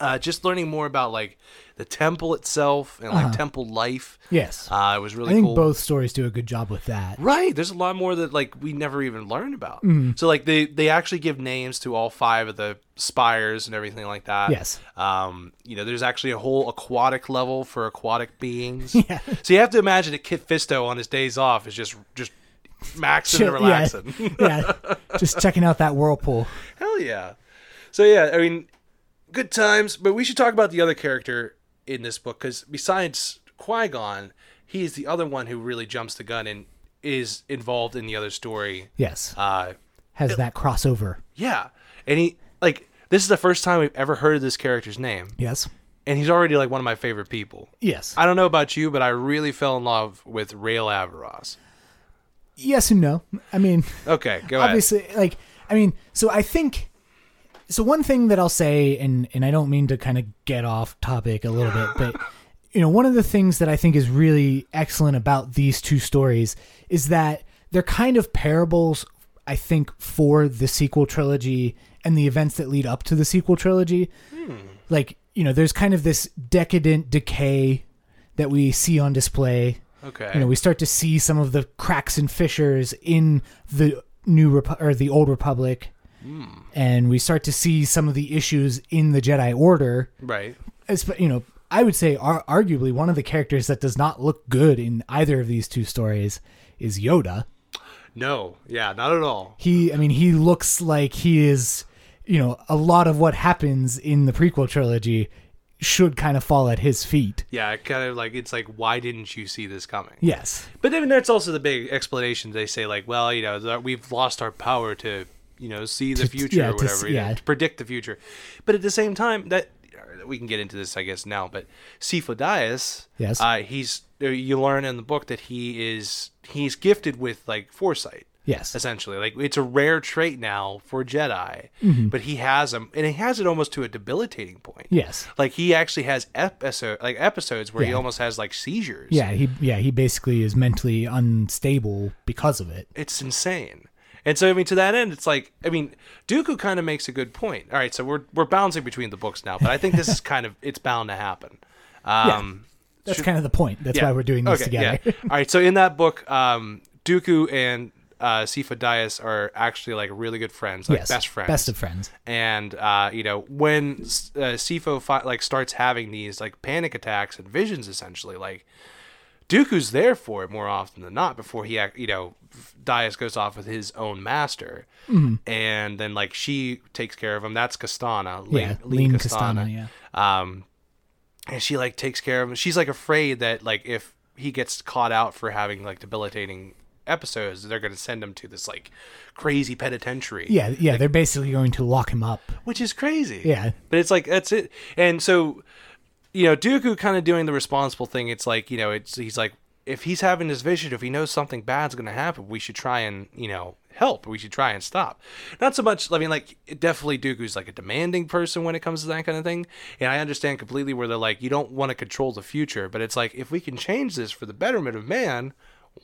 Uh, just learning more about like the temple itself and like temple life. yes Uh, it was Uh-huh. i really think cool. both stories do a good job with that Right. There's a lot more that like we never even learned about. Mm. So like they they actually give names to all five of the spires and everything like that. Yes. Um, you know, there's actually a whole aquatic level for aquatic beings. Yeah. So you have to imagine that Kit Fisto on his days off is just just maxing and Chill- yeah. relaxing. yeah just checking out that whirlpool Hell yeah. So yeah, I mean, good times. But we should talk about the other character in this book because besides Qui Gon, he is the other one who really jumps the gun and is involved in the other story. yes Uh, has that crossover yeah, and he like this is the first time we've ever heard of this character's name, yes and he's already like one of my favorite people. Yes. I don't know about you, but I really fell in love with Rail Avaros. yes and no. I mean, Okay, go ahead. obviously, like, I mean, so I think, so one thing that I'll say, and and I don't mean to kind of get off topic a little bit, but you know, one of the things that I think is really excellent about these two stories is that they're kind of parables. I think for the sequel trilogy and the events that lead up to the sequel trilogy, Hmm. like you know, there's kind of this decadent decay that we see on display Okay, you know we start to see some of the cracks and fissures in the new Repu- or the old republic and we start to see some of the issues in the jedi order right. It's you know i would say are arguably one of the characters that does not look good in either of these two stories is yoda No, yeah, not at all. he i mean he looks like he is you know a lot of what happens in the prequel trilogy should kind of fall at his feet Yeah, it kind of like it's like, why didn't you see this coming? yes But then that's also the big explanation. They say like, well, you know, that we've lost our power to, you know, see the t- future yeah, or to whatever, s- you know, yeah. to predict the future. But at the same time, that we can get into this, I guess, now. But Cephodias, Yes. uh, he's you learn in the book that he is he's gifted with like foresight. Yes. essentially, like it's a rare trait now for Jedi, Mm-hmm. but he has them, and he has it almost to a debilitating point. yes Like he actually has episode like episodes where he Yeah. almost has like seizures. Yeah, he yeah he basically is mentally unstable because of it. it's insane. And so I mean to that end it's like I mean Dooku kind of makes a good point. All right, so we're we're bouncing between the books now, but I think this is kind of it's bound to happen. Um That's kind of the point. That's yeah. why we're doing this Okay, together. yeah. All right, so in that book um Dooku and uh, Sifa Dias are actually like really good friends, like yes, best friends. best of friends. and uh, you know when uh, Sifo fi- like starts having these like panic attacks and visions, essentially, like Dooku's there for it more often than not. Before he, ac- you know, Dias goes off with his own master, and then like she takes care of him. That's Castana, Lin, Yeah, Lin Lin Castana, Castana, yeah. Um, and she like takes care of him. She's like afraid that like if he gets caught out for having like debilitating episodes, they're gonna send him to this like crazy penitentiary. Yeah, yeah, they're basically going to lock him up. which is crazy. Yeah. but it's like that's it. And so, you know, Dooku kind of doing the responsible thing. It's like you know, it's he's like if he's having this vision, if he knows something bad's going to happen, we should try and you know help. We should try and stop. Not so much. I mean, like definitely Dooku's like a demanding person when it comes to that kind of thing. And I understand completely where they're like you don't want to control the future, but it's like if we can change this for the betterment of man.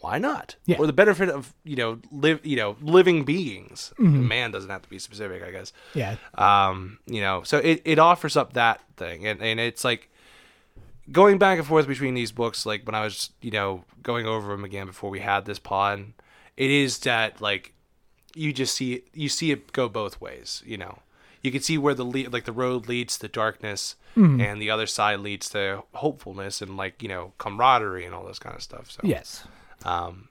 Why not? Yeah. Or the benefit of you know live you know living beings. Mm-hmm. Man doesn't have to be specific, I guess Yeah, um you know so it, it offers up that thing and, and it's like going back and forth between these books like when i was you know going over them again before we had this pod it is that like you just see you see it go both ways you know you can see where the le- like the road leads to darkness and the other side leads to hopefulness and like you know camaraderie and all this kind of stuff so yes. um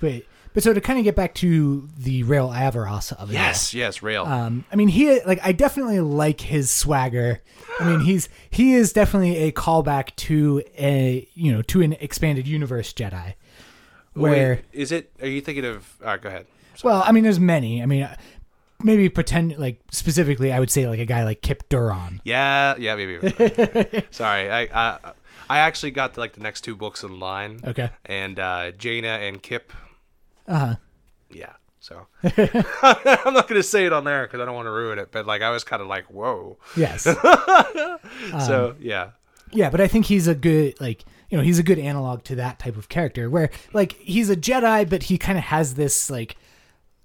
But but so to kind of get back to the real Avaros of it. all. yes yes rail Um, I mean, he like I definitely like his swagger. I mean, he's he is definitely a callback to a you know to an expanded universe Jedi. Where Wait, is it are you thinking of all right go ahead well, I mean, there's many. I mean, uh, maybe pretend like specifically, I would say like a guy like Kip Duron. Yeah, yeah, maybe. maybe. Sorry, I, I I actually got like the next two books in line. Okay. And uh, Jaina and Kip. Uh huh. Yeah. So I'm not gonna say it on there because I don't want to ruin it. But like, I was kind of like, whoa. Yes. Uh-huh. so yeah, Yeah, but I think he's a good like you know he's a good analog to that type of character where like he's a Jedi but he kind of has this like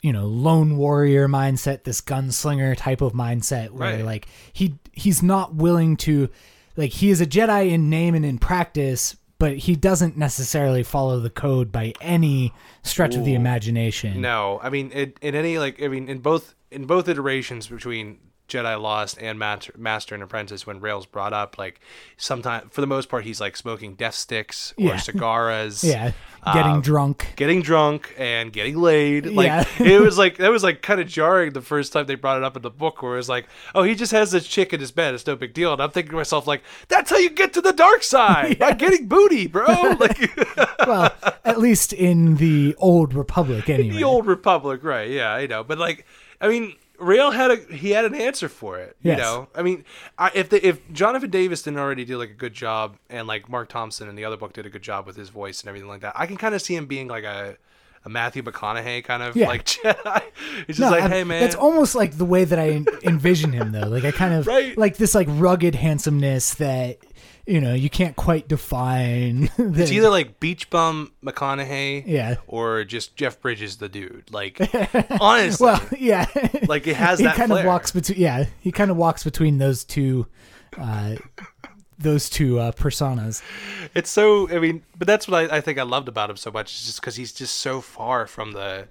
you know lone warrior mindset, this gunslinger type of mindset where Right. like he he's not willing to like he is a Jedi in name and in practice, but he doesn't necessarily follow the code by any stretch of the imagination. no, I mean, in, in any like, I mean, in both in both iterations between Jedi Lost and Master, Master and Apprentice, when Rail's brought up, like, sometimes for the most part, he's like smoking death sticks or Yeah. cigaras. Yeah, getting Um, drunk. getting drunk and getting laid. Like Yeah. it was like that was like kind of jarring the first time they brought it up in the book, where it was like, oh, he just has this chick in his bed. It's no big deal. And I'm thinking to myself, like, that's how you get to the dark side by getting booty, bro. Like well, at least in the old republic anyway. the old republic, right? Yeah, you know. But like, I mean. Rail had a he had an answer for it, Yes. you know. I mean, I, if the, if Jonathan Davis didn't already do like a good job, and like Mark Thompson in the other book did a good job with his voice and everything like that, I can kind of see him being like a, a Matthew McConaughey kind of Yeah. like Jedi. He's just No, like, I'm- hey man, That's almost like the way that I envision him, though. Like I kind of Right. like this like rugged handsomeness that you know you can't quite define. the- It's either like beach bum McConaughey, Yeah. or just Jeff Bridges the dude. Like honestly, well, yeah. like it has he that kind flair. of walks between. Yeah, he kind of walks between those two. Uh, those two uh, personas. It's so I mean, but that's what I, I think I loved about him so much is just because he's just so far from the,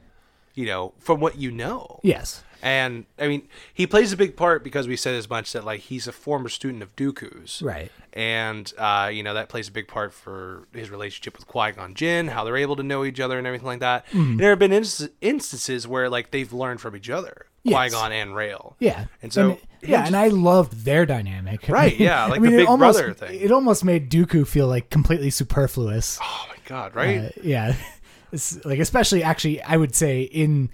you know, from what you know. Yes. And I mean, he plays a big part because we said as much that like he's a former student of Dooku's, Right. And uh, you know that plays a big part for his relationship with Qui Gon Jinn, how they're able to know each other and everything like that. Mm-hmm. And there have been inst- instances where like they've learned from each other, Qui Yes. Gon and Rail. Yeah. and so he yeah, just- and I loved their dynamic. Right, yeah, like the it big almost, brother thing. It almost made Dooku feel like completely superfluous. oh my god, right? Uh, yeah It's, like especially actually i would say in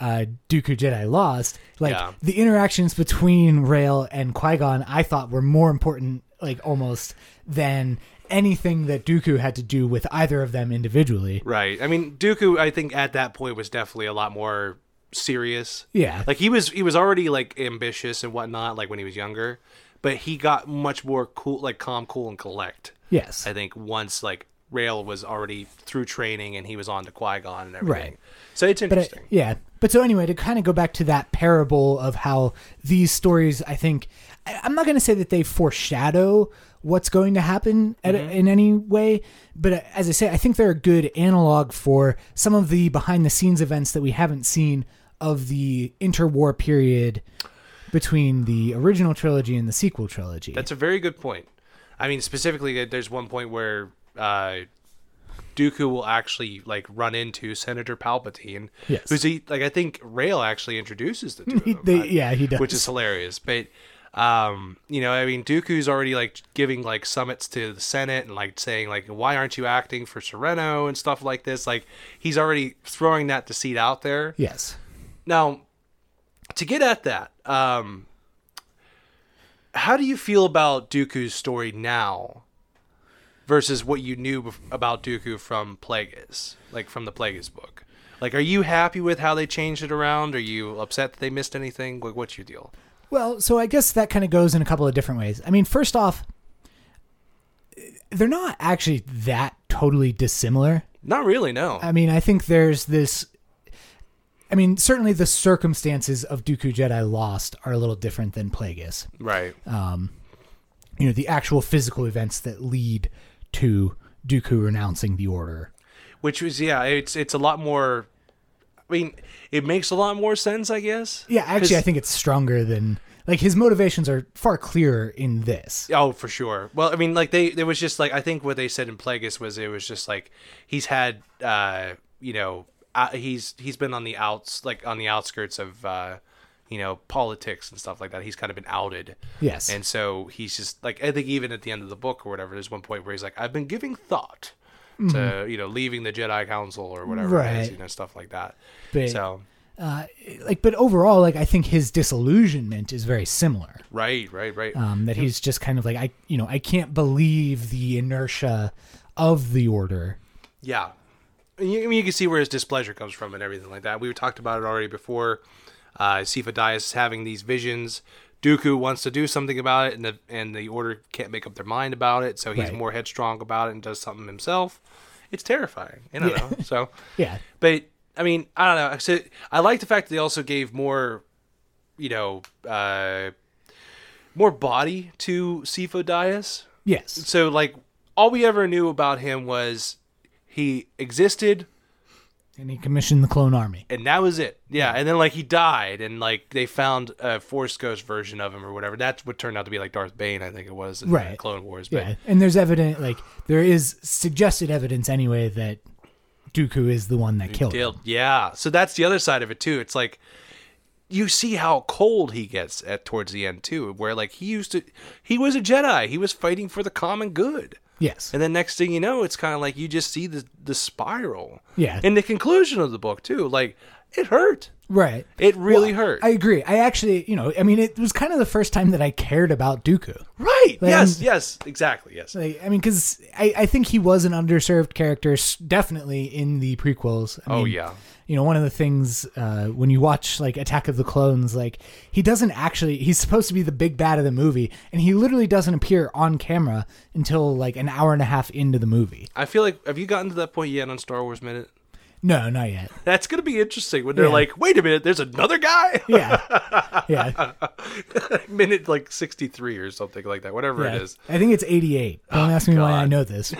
uh dooku jedi lost like Yeah. the interactions between rail and qui-gon i thought were more important like almost than anything that dooku had to do with either of them individually Right. I mean, Dooku, I think at that point was definitely a lot more serious. Yeah. Like he was, he was already like ambitious and whatnot, like when he was younger, but he got much more cool, like calm, cool, and collect. yes I think once like Rail was already through training and he was on to Qui Gon and everything. Right. So it's but I- interesting. yeah but so anyway to kind of go back to that parable of how these stories i think I, i'm not going to say that they foreshadow what's going to happen at, in any way but uh, as i say i think they're a good analog for some of the behind the scenes events that we haven't seen of the interwar period between the original trilogy and the sequel trilogy That's a very good point. I mean, specifically, there- there's one point where uh, Dooku will actually like run into Senator Palpatine, Yes. who's he like I think Rail actually introduces the two of them, they- I- yeah, he does. which is hilarious. But um, you know, I mean, Dooku's already like giving like summits to the Senate and like saying like why aren't you acting for Sereno and stuff like this. Like he's already throwing that deceit out there. yes Now, to get at that, um, how do you feel about Dooku's story now versus what you knew bef- about Dooku from Plagueis, like from the Plagueis book? Like, are you happy with how they changed it around? Are you upset that they missed anything? Like, what's your deal? Well, so I guess that kind of goes in a couple of different ways. I mean, first off, they're not actually that totally dissimilar. Not really, no. I mean, I think there's this. I mean, certainly the circumstances of Dooku Jedi Lost are a little different than Plagueis. right. Uh, You know, the actual physical events that lead to Dooku renouncing the Order. Which was, yeah, it's it's a lot more. I mean, it makes a lot more sense, I guess. Yeah, actually, 'Cause- I think it's stronger than like his motivations are far clearer in this. Oh, for sure. Well, I mean, like they, there was just like I think what they said in Plagueis was it was just like he's had, uh, you know, uh, he's he's been on the outs, like on the outskirts of, uh, you know, politics and stuff like that. He's kind of been outed. Yes. And so he's just like I think even at the end of the book or whatever, there's one point where he's like, I've been giving thought to you know leaving the Jedi Council or whatever, it is, Right. you know, stuff like that. But- So Like, but overall, like I think his disillusionment is very similar. right, right, right. um, that he's just kind of like I, you know, I can't believe the inertia of the order. Yeah. And You, I mean, you can see where his displeasure comes from and everything like that. We talked about it already before. Uh, Sifa Dyas is having these visions. Dooku wants to do something about it, and the and the Order can't make up their mind about it, so he's Right. more headstrong about it and does something himself. It's terrifying, and I know. So, Yeah, but I mean, I don't know. So I like the fact that they also gave more, you know, uh, more body to Sifo Dyas yes, so like all we ever knew about him was he existed and he commissioned the clone army. and that was it yeah and then like he died and like they found a force ghost version of him or whatever that's what turned out to be like darth bane i think it was in Right. clone wars but Yeah, and there's evident like there is suggested evidence anyway that Dooku is the one that killed. him. Dale- yeah so that's the other side of it too it's like you see how cold he gets at towards the end too where like he used to he was a jedi he was fighting for the common good Yes, And then next thing you know, it's kind of like you just see the the spiral. Yeah. And the conclusion of the book too, like it hurt. right. It really hurt. I agree. I actually, you know, I mean, it was kind of the first time that I cared about Dooku. right. Like, yes. I'm- yes. Exactly. Yes. Like, I mean, because I, I think he was an underserved character, s- definitely in the prequels. I Oh, mean, yeah. You know, one of the things uh, when you watch like Attack of the Clones, like he doesn't actually. He's supposed to be the big bad of the movie, and he literally doesn't appear on camera until like an hour and a half into the movie. I feel like have you gotten to that point yet on Star Wars Minute? No, not yet. That's gonna be interesting when they're Yeah. like, wait a minute, there's another guy. Yeah, yeah, Minute like sixty three or something like that. Whatever yeah. it is. Oh, I think it's eighty-eight. Don't ask me why I God. know this.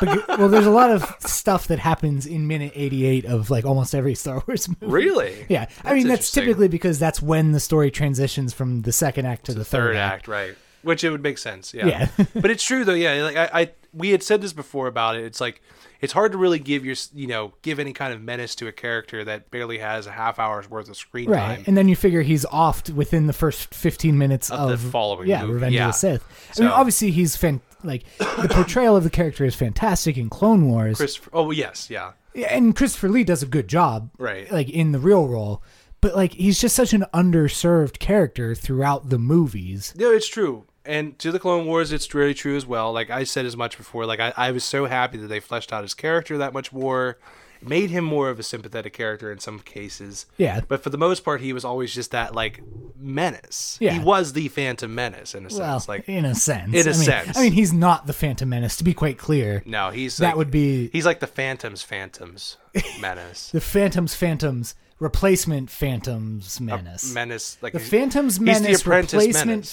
But, well, there's a lot of stuff that happens in minute eighty-eight of like almost every Star Wars movie. Really? Yeah, I mean that's interesting. typically because that's when the story transitions from the second act to the, third act, right? Which it would make sense, yeah. Yeah. but it's true though, yeah. Like I, I, we had said this before about it. It's like it's hard to really give your, s- you know, give any kind of menace to a character that barely has a half hour's worth of screen Right, time. and then you figure he's off t- within the first fifteen minutes of, the following yeah, movie, Revenge yeah. of the Sith. I So- mean, obviously he's fan- like the portrayal of the character is fantastic in Clone Wars, Christopher, oh yes, yeah, Yeah, and Christopher Lee does a good job, Right. Like in the real role, but like he's just such an underserved character throughout the movies. no, it's true. And to the Clone Wars, it's really true as well. Like I said as much before. Like I, I was so happy that they fleshed out his character that much more, made him more of a sympathetic character in some cases. Yeah, But for the most part, he was always just that like menace. Yeah. He was the Phantom Menace in a sense. Well, like in a sense. In a I mean- sense. I mean, he's not the Phantom Menace, to be quite clear. no, he's that like- would be he's like the Phantom's Phantom's Menace. the Phantom's Phantom's replacement Phantom's Menace. menace like the he's- Phantom's the Menace apprentice replacement menace.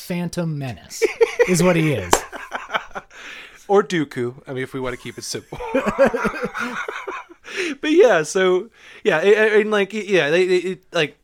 Phantom Menace is what he is. or Dooku. I mean, if we want to keep it simple. but yeah, so yeah, I- I- and like yeah, they, they it, like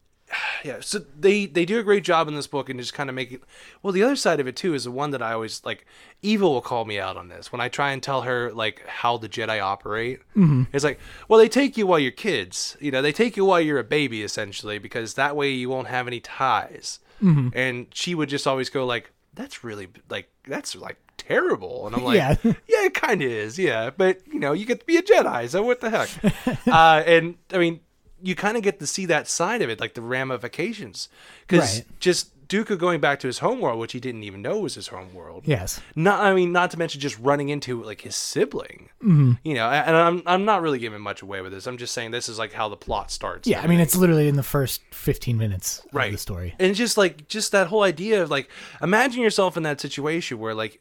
yeah, so they they do a great job in this book and just kind of make it. Well, the other side of it too is the one that I always like. Evil will call me out on this when I try and tell her like how the Jedi operate. It's like, well, they take you while you're kids. You know, they take you while you're a baby essentially because that way you won't have any ties. And she would just always go like, "That's really like that's like terrible," and I'm like, Yeah. yeah, it kind of is. Yeah, but you know, you get to be a Jedi, so what the heck? uh, and I mean, you kind of get to see that side of it, like the ramifications, because Right. just Dooku going back to his homeworld, which he didn't even know was his homeworld. Yes. Not, I mean, not to mention just running into like his sibling. Mm-hmm. You know, and I'm I'm not really giving much away with this. I'm just saying this is like how the plot starts. Yeah, I mean, it's literally in the first 15 minutes right of the story. and it's just like just that whole idea of like imagine yourself in that situation where like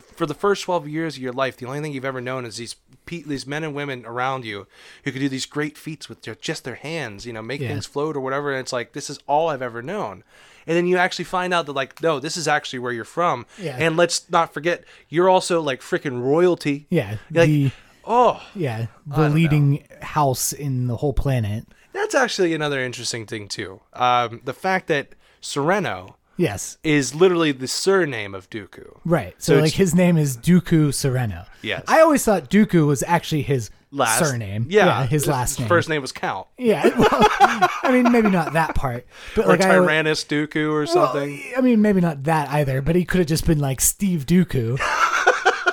for the first 12 years of your life the only thing you've ever known is these pe- these men and women around you who can do these great feats with their, just their hands you know make Yeah. things float or whatever and it's like this is all i've ever known and then you actually find out that like no this is actually where you're from Yeah. and let's not forget you're also like freaking royalty Yeah, You're like the oh yeah the leading house in the whole planet. that's actually another interesting thing too um, the fact that sereno Yes, is literally the surname of Dooku. right. So, So like it's- his name is Dooku Sereno. Yes. I always thought Dooku was actually his surname. Yeah. his last name. First name was Count. Yeah, well, I mean maybe not that part, but Or like I, always- Tyrannus Dooku or something. I mean maybe not that either. But he could have just been like Steve Dooku.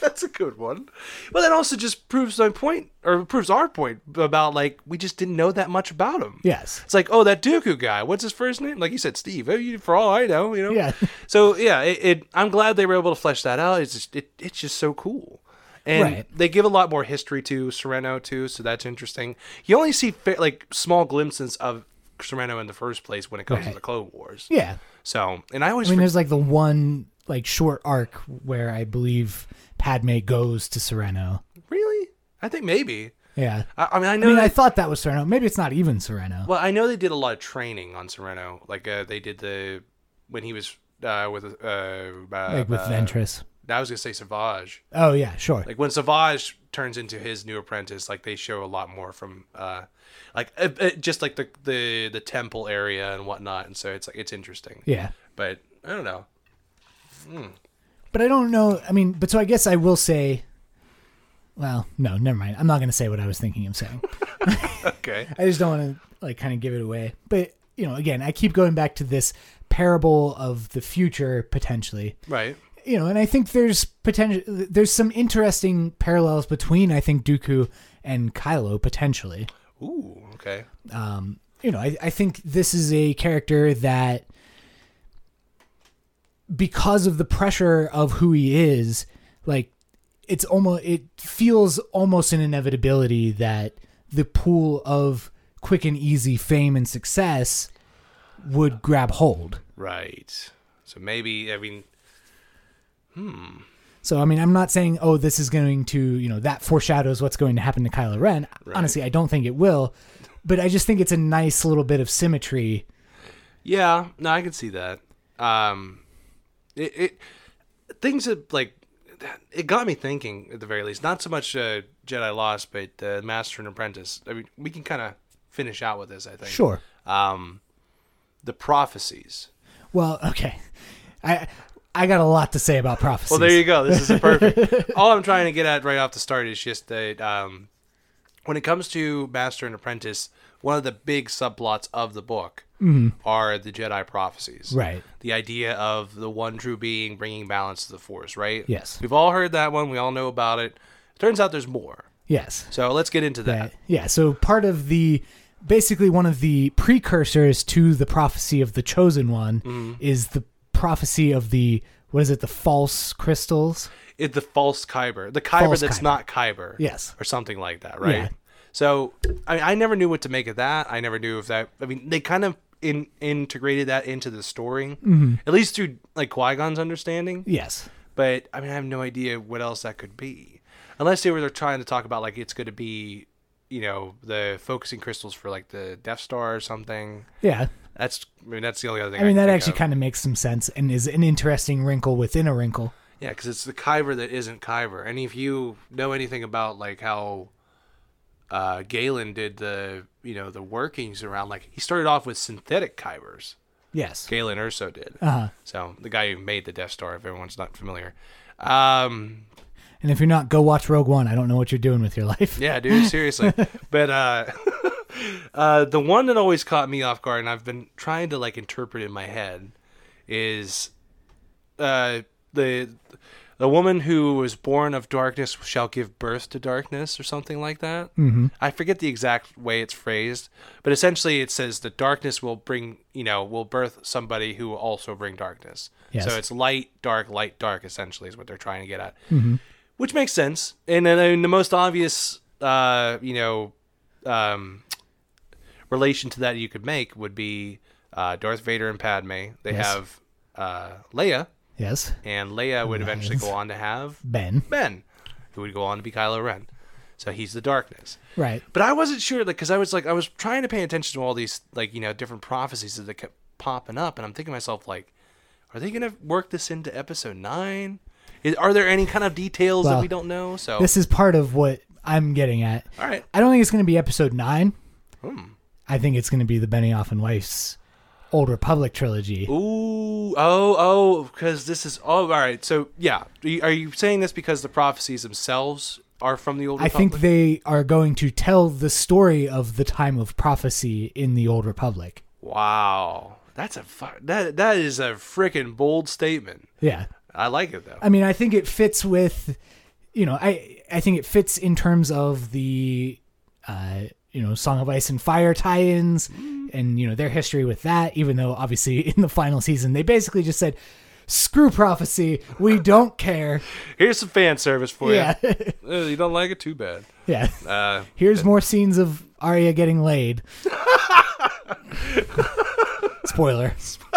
That's a good one. Well, that also just proves my point, or proves our point about like we just didn't know that much about him. Yes, It's like, oh, that Dooku guy. What's his first name? Like you said, Steve. Oh, you, for all I know, you know. Yeah. So yeah, it, it. I'm glad they were able to flesh that out. It's just, it, it's just so cool, and Right. they give a lot more history to Sereno too. So that's interesting. You only see fa- like small glimpses of Sereno in the first place when it comes to Right. the Clone Wars. yeah. So, and I always I mean, for- there's like the one like short arc where I believe Padme goes to Sereno. really, I think maybe. Yeah. I, I mean, I know. I mean, that- I thought that was Sereno. Maybe it's not even Sereno. Well, I know they did a lot of training on Sereno. Like uh, they did the when he was uh, with uh, uh, like with uh, Ventress. I was gonna say Savage. Oh yeah, sure. Like when Savage turns into his new apprentice, like they show a lot more from, uh, like uh, uh, just like the the the temple area and whatnot. And so it's like it's interesting. yeah. But I don't know. But I don't know. I mean, but so I guess I will say. Well, no, never mind. I'm not going to say what I was thinking of saying. Okay. I just don't want to like kind of give it away. But you know, again, I keep going back to this parable of the future potentially. Right. You know, and I think there's potential. There's some interesting parallels between I think Dooku and Kylo potentially. Ooh. Okay. um, you know, I, I think this is a character that, because of the pressure of who he is, like it's almost it feels almost an inevitability that the pool of quick and easy fame and success would grab hold. Right. So maybe I mean So I mean, I'm not saying oh this is going to you know that foreshadows what's going to happen to Kylo Ren. Honestly, I don't think it will, but I just think it's a nice little bit of symmetry. Yeah, no, I can see that. Um, it, it things that like it got me thinking at the very least. Not so much uh, Jedi Lost, but uh, Master and Apprentice. I mean, we can kind of finish out with this. I think. Sure. Um, the prophecies. Well, okay. I I got a lot to say about prophecies. Well, there you go. This is perfect. All I'm trying to get at right off the start is just that um, when it comes to Master and Apprentice, one of the big subplots of the book are the Jedi prophecies. Right. The idea of the one true being bringing balance to the Force, right? Yes. We've all heard that one. We all know about it. Turns out there's more. Yes. So let's get into that. Uh, yeah, so part of the basically one of the precursors to the prophecy of the chosen one Mm-hmm. is the prophecy of the what is it, the false crystals? It, the false Kyber. The Kyber False that's Kyber. not Kyber. Yes. Or something like that, right? Yeah. So I, I never knew what to make of that. I never knew if that. I mean, they kind of in, integrated that into the story, Mm-hmm. at least through like Qui Gon's understanding. Yes. But I mean, I have no idea what else that could be, unless they were trying to talk about like it's going to be, you know, the focusing crystals for like the Death Star or something. Yeah. That's I mean, that's the only other thing. I mean, can that think actually of. kind of makes some sense and is an interesting wrinkle within a wrinkle. Yeah, because it's the Kyber that isn't Kyber. And if you know anything about like how uh, Galen did the you know the workings around, like he started off with synthetic Kybers. Yes. Galen Erso did. Uh-huh. So the guy who made the Death Star, if everyone's not familiar. Um, And if you're not, go watch Rogue One. I don't know what you're doing with your life. yeah, dude, seriously. but uh, uh, the one that always caught me off guard, and I've been trying to like interpret in my head, is uh, the the woman who was born of darkness shall give birth to darkness, or something like that. Mm-hmm. I forget the exact way it's phrased, but essentially it says that darkness will bring, you know, will birth somebody who will also bring darkness. Yes. So it's light, dark, light, dark. Essentially, is what they're trying to get at, which makes sense. And then I mean, the most obvious, uh, you know, um, relation to that you could make would be uh, Darth Vader and Padme. They Yes. have uh, Leia, Yes. and Leia would eventually go on to have Ben. Ben, who would go on to be Kylo Ren. So he's the darkness. Right. But I wasn't sure, like, because I was like, I was trying to pay attention to all these, like, you know, different prophecies that kept popping up, and I'm thinking to myself, like, are they gonna work this into Episode Nine? Is, are there any kind of details that Well, we don't know? So, This is part of what I'm getting at. all right, I don't think it's going to be episode nine. Hmm. I think it's going to be the Benioff and Weiss Old Republic trilogy. Ooh, oh, oh, because this is oh, all right. So yeah, Are you- are you saying this because the prophecies themselves are from the old? I think Republic? they are going to tell the story of the time of prophecy in the Old Republic. Wow, that's a fu- that that is a freaking bold statement. Yeah. I like it though. I mean, I think it fits with, you know, I I think it fits in terms of the, uh, you know, Song of Ice and Fire tie-ins, and you know their history with that. Even though obviously in the final season they basically just said, "Screw prophecy, we don't care." Here's some fan service for Oh, yeah, you. Uh, you don't like it too bad. yeah. Uh, Here's more scenes of Arya getting laid. Spoiler.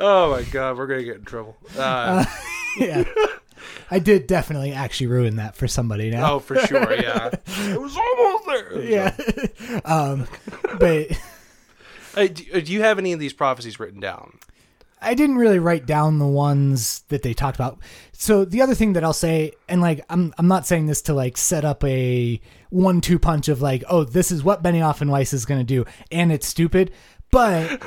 oh my god, we're gonna get in trouble. Uh, Yeah. I did definitely actually ruin that for somebody now. oh, for sure. Yeah, it was almost there. Yeah. um, but Uh, do, do you have any of these prophecies written down? I didn't really write down the ones that they talked about. So the other thing that I'll say, and like I'm I'm not saying this to like set up a one two punch of like, oh, this is what Benioff and Weiss is gonna do, and it's stupid. But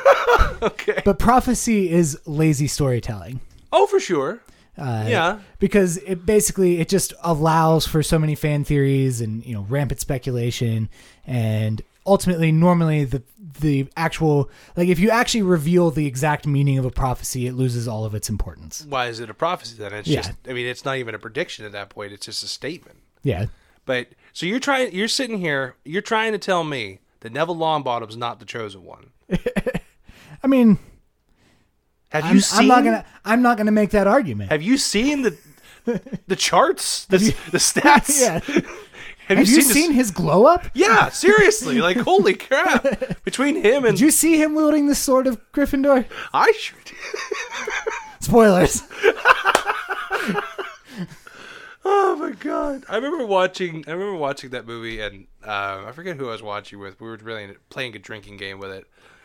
Okay. but prophecy is lazy storytelling. Oh, for sure. Uh, yeah. because it basically it just allows for so many fan theories and you know rampant speculation and ultimately normally the the actual like if you actually reveal the exact meaning of a prophecy it loses all of its importance why is it a prophecy then? It's Yeah. just I mean, it's not even a prediction at that point. It's just a statement. yeah But so you're trying you're sitting here, you're trying to tell me that Neville Longbottom's not the chosen one. i mean Have you I'm, seen I'm not gonna i'm not gonna make that argument Have you seen the the charts? The the stats? yeah Have, you, have you seen, seen, the- his glow up Yeah, seriously. Like holy crap. Between him and did you see him wielding the sword of gryffindor I sure did. spoilers Oh my god! I remember watching. I remember watching that movie, and uh, I forget who I was watching with. We were really playing a drinking game with it.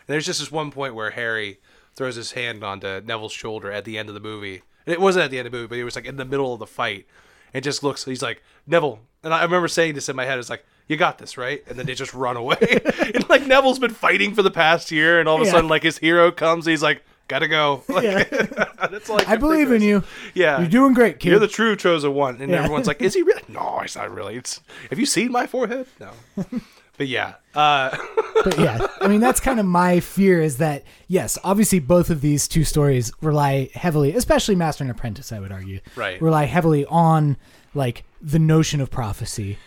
And there's just this one point where Harry throws his hand onto Neville's shoulder at the end of the movie. And it wasn't at the end of the movie, but it was like in the middle of the fight. And just looks. He's like Neville, and I remember saying this in my head. It's like you got this, right? And then they just run away. and like Neville's been fighting for the past year, and all of a Yeah. sudden, like his hero comes. he's like, gotta go. Like, Yeah. that's all I, i could believe think in of. you Yeah, you're doing great kid you're the true chosen one, and Yeah. everyone's like, "Is he really?" No, it's not really. It's have you seen my forehead? No, but yeah, uh, but yeah, I mean that's kind of my fear is that yes, obviously both of these two stories rely heavily, especially Master and Apprentice, I would argue, Right. rely heavily on like the notion of prophecy,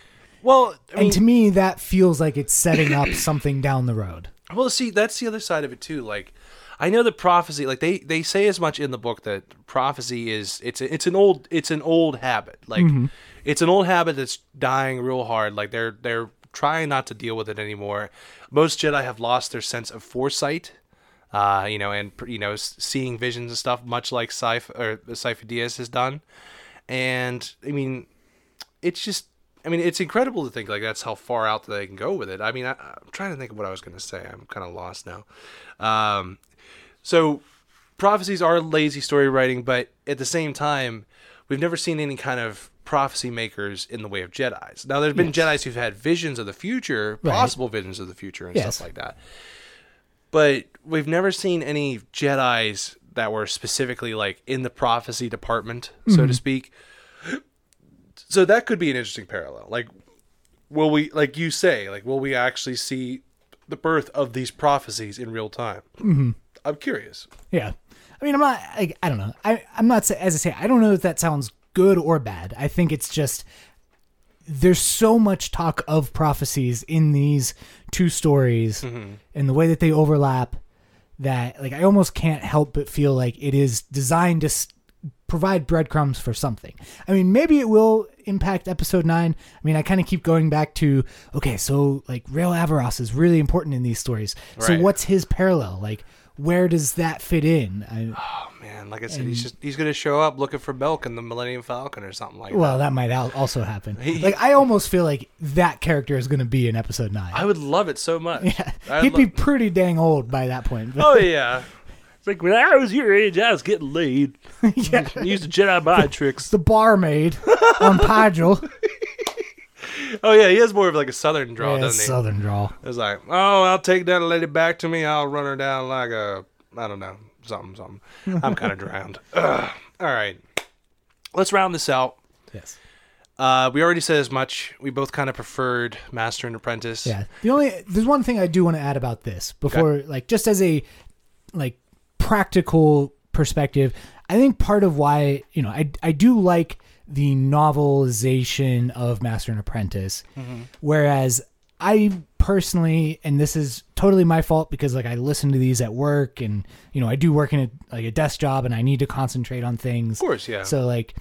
well, I mean, and to me that feels like it's setting up something down the road. well, see, that's the other side of it too. Like, I know the prophecy. Like they they say as much in the book that prophecy is it's a, it's an old it's an old habit. Like, it's an old habit that's dying real hard. Like they're they're trying not to deal with it anymore. Most Jedi have lost their sense of foresight, uh, you know, and you know, s- seeing visions and stuff, much like Sif or Sif Diaz has done. And I mean, it's just. I mean, it's incredible to think like that's how far out they can go with it. I mean, I, I'm trying to think of what I was going to say. I'm kind of lost now. Um, so prophecies are lazy story writing, but at the same time, we've never seen any kind of prophecy makers in the way of Jedi's. Now, there's been Jedi's who've had visions of the future, Right. possible visions of the future, and Yes. stuff like that. But we've never seen any Jedi's that were specifically like in the prophecy department, Mm-hmm. so to speak. So that could be an interesting parallel. Like, will we, like you say, like will we actually see the birth of these prophecies in real time? Mm-hmm. I'm curious. Yeah. I mean, I'm not, I, I don't know. I, I'm not, sa- as I say, I don't know if that sounds good or bad. I think it's just, there's so much talk of prophecies in these two stories and the way that they overlap that, like, I almost can't help but feel like it is designed to s- provide breadcrumbs for something. I mean, maybe it will impact episode nine. I mean, I kind of keep going back to, okay, so, like, Rail Avaros is really important in these stories. So Right. what what's his parallel? Like, where does that fit in? I, Oh man, like I said, he's just he's gonna show up looking for milk in the Millennium Falcon or something like that. well, that might al- also happen. Like, I almost feel like that character is going to be in episode nine. I would love it so much. I'd He'd lo- be pretty dang old by that point. But, oh yeah. It's like when I was your age, I was getting laid. yeah. Used the Jedi mind tricks. The barmaid on Padgel. Oh yeah, he has more of like a Southern draw, yeah, doesn't he? Southern drawl. It's like, oh, I'll take that lady back to me. I'll run her down like a, I don't know, something, something. I'm kind of drowned. Ugh. All right, let's round this out. Yes. Uh, we already said as much. We both kind of preferred Master and Apprentice. Yeah. The only there's one thing I do want to add about this before, like, just as a like practical perspective, I think part of why you know I I do like the novelization of Master and Apprentice, Mm-hmm. whereas I personally, and this is totally my fault because like I listen to these at work, and you know I do work in a like a desk job, and I need to concentrate on things. Of course, yeah. So like.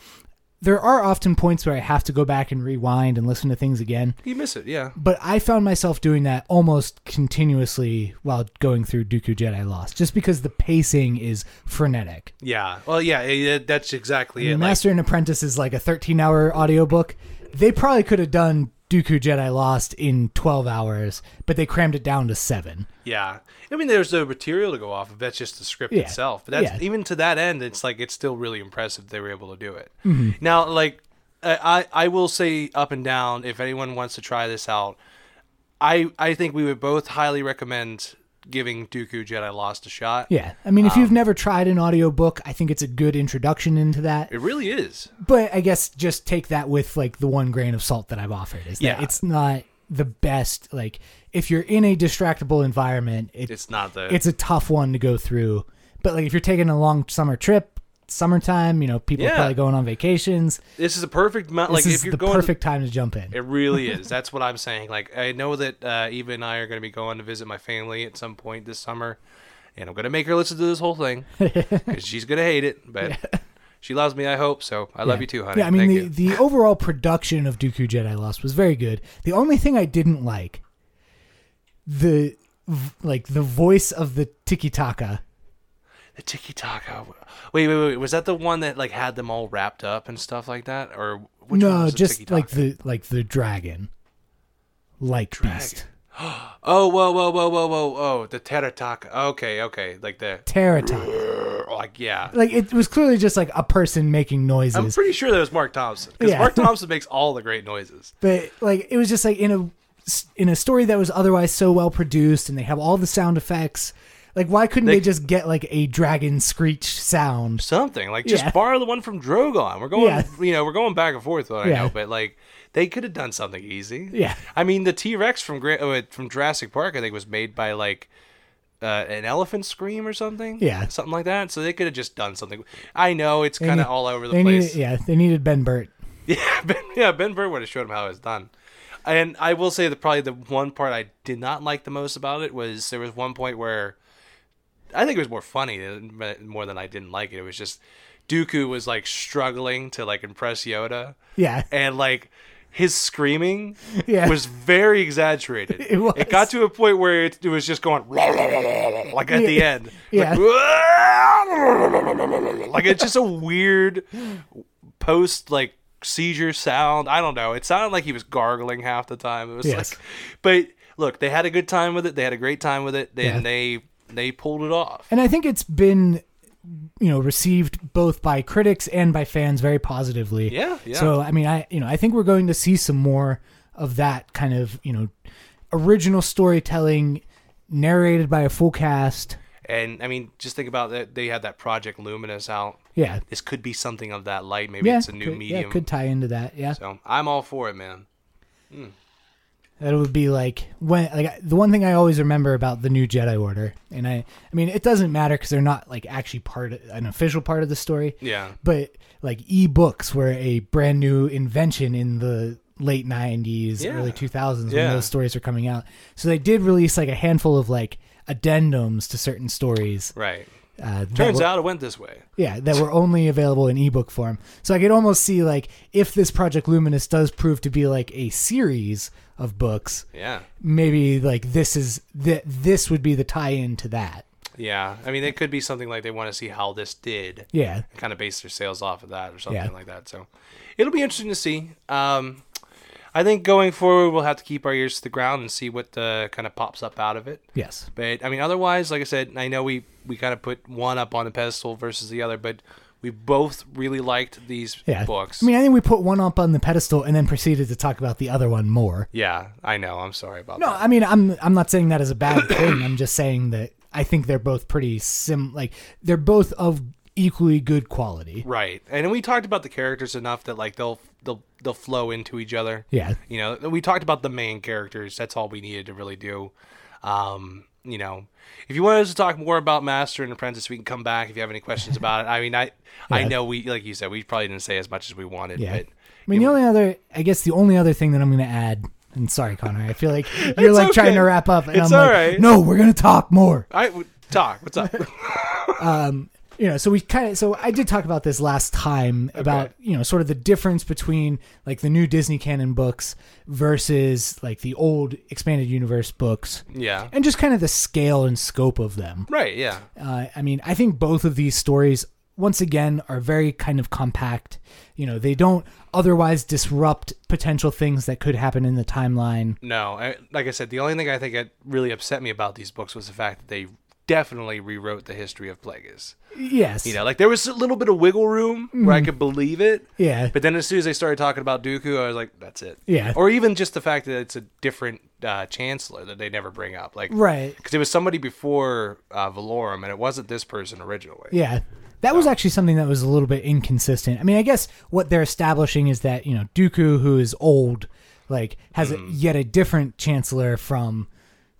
There are often points where I have to go back and rewind and listen to things again you miss it, yeah. but I found myself doing that almost continuously while going through Dooku Jedi Lost, just because the pacing is frenetic. Yeah. Well, yeah, eh, that's exactly it. Like, Master and Apprentice is like a 13 hour audiobook. They probably could have done Dooku Jedi Lost in 12 hours, but they crammed it down to seven. yeah. I mean, there's no material to go off of. That's just the script Yeah. itself. But that's Yeah. even to that end, it's like it's still really impressive they were able to do it. Mm-hmm. Now, like, I I I will say up and down. If anyone wants to try this out, I I think we would both highly recommend giving Dooku Jedi Lost a shot. Yeah. I mean, if you've never tried an audiobook, I think it's a good introduction into that. It really is. But I guess just take that with like the one grain of salt that I've offered is that Yeah. it's not the best. Like, if you're in a distractible environment, it, It's not the. it's a tough one to go through. But like if you're taking a long summer trip, summertime, you know, people are Yeah. probably going on vacations. this is a perfect amount. This Like is if you're the going to perfect time to jump in. It really is. That's what I'm saying. Like I know that uh, Eva and I are going to be going to visit my family at some point this summer, and I'm going to make her listen to this whole thing because she's going to hate it. But she loves me. I hope so. I love you too, honey. Yeah, I mean Thank the, you. the overall production of Dooku Jedi Lost was very good. The only thing I didn't like the v- like the voice of the Tiki Taka. The Tiki Taka. Wait, wait, wait. Was that the one that like had them all wrapped up and stuff like that, or which one No, was the just Tiki-Taka? like the like the dragon. Like beast. oh, whoa, whoa, whoa, whoa, whoa, whoa, the Terataka. Okay, okay, like the Terataka. like yeah. Like it was clearly just like a person making noises. I'm pretty sure that was Mark Thompson because Yeah. Mark Thompson makes all the great noises. but like it was just like in a in a story that was otherwise so well produced and they have all the sound effects like why couldn't they, just get like a dragon screech sound something like just Yeah. borrow the one from Drogon. We're going, Yeah. you know, we're going back and forth. What I Yeah. know, but like they could have done something easy. Yeah. I mean the T Rex from Gra- oh, it- from Jurassic Park, I think was made by like uh, an elephant scream or something. Yeah. something like that. So they could have just done something. I know it's kind need- of all over the they place. needed yeah they needed ben burt Yeah, ben, yeah, Ben Burr would have showed him how it was done. And I will say that probably the one part I did not like the most about it was there was one point where I think it was more funny than, more than I didn't like it. It was just Dooku was like struggling to like impress Yoda, yeah and like his screaming Yeah. was very exaggerated. It was. got to a point where it, it was just going like at the end. Yeah. Like, like it's just a weird post like seizure sound. I don't know. It sounded like he was gargling half the time. It was Yes. like but look, they had a good time with it. They had a great time with it. Then Yeah. they they pulled it off. And I think it's been, you know, received both by critics and by fans very positively. Yeah, yeah. So I mean, I you know, I think we're going to see some more of that kind of you know, original storytelling, narrated by a full cast. And I mean, just think about that they had that Project Luminous out. Yeah. This could be something of that light. Maybe Yeah, it's a new could, medium. Yeah, could tie into that. Yeah, So I'm all for it, man. that would be like when like the one thing I always remember about the new Jedi Order, and I I mean it doesn't matter because they're not like actually part of, an official part of the story. Yeah. but like e-books were a brand new invention in the late 90s Yeah. early 2000s Yeah. when those stories were coming out so they did release like a handful of like addendums to certain stories Right. uh, that Turns were- out it went this way. yeah that were only available in ebook form so i could almost see like if this project luminous does prove to be like a series of books Yeah. maybe like this is that this would be the tie-in to that Yeah. I mean, it could be something like they want to see how this did. yeah Kind of base their sales off of that or something Yeah. like that. So it'll be interesting to see. Um, I think going forward, we'll have to keep our ears to the ground and see what uh, kind of pops up out of it. yes But I mean, otherwise, like I said, I know we we kind of put one up on a pedestal versus the other, but we both really liked these yeah books. i mean i think we put one up on the pedestal and then proceeded to talk about the other one more yeah, I know. I'm sorry about No, that. I mean I'm I'm not saying that as a bad thing. I'm just saying that I think they're both pretty sim like they're both of equally good quality. Right, and we talked about the characters enough that like they'll they'll they'll flow into each other. Yeah. you know, we talked about the main characters. That's all we needed to really do. Um, you know, if you want us to talk more about Master and Apprentice, we can come back if you have any questions about it. I mean, I I know we like you said we probably didn't say as much as we wanted, Yeah. but I mean the only other I guess the only other thing that I'm gonna add and sorry Connor, I feel like you're like trying okay. to wrap up and It's I'm all like right. no, we're gonna talk more. I w- talk. What's up? you know, so we kind of, so I did talk about this last time about, you know, sort of the difference between like the new Disney canon books versus like the old expanded universe books yeah, and just kind of the scale and scope of them. right. Yeah, Uh, I mean, I think both of these stories, once again, are very kind of compact. You know, they don't otherwise disrupt potential things that could happen in the timeline. no. I, like I said, the only thing I think that really upset me about these books was the fact that they definitely rewrote the history of Plagueis. Yes. You know, like there was a little bit of wiggle room where I could believe it. Yeah. But then as soon as they started talking about Dooku, I was like, that's it. Yeah. Or even just the fact that it's a different uh, chancellor that they never bring up. Like, right. Because it was somebody before uh, Valorum and it wasn't this person originally. Yeah. That was actually something that was a little bit inconsistent. I mean, I guess what they're establishing is that, you know, Dooku, who is old, like, has Mm. a, yet a different chancellor from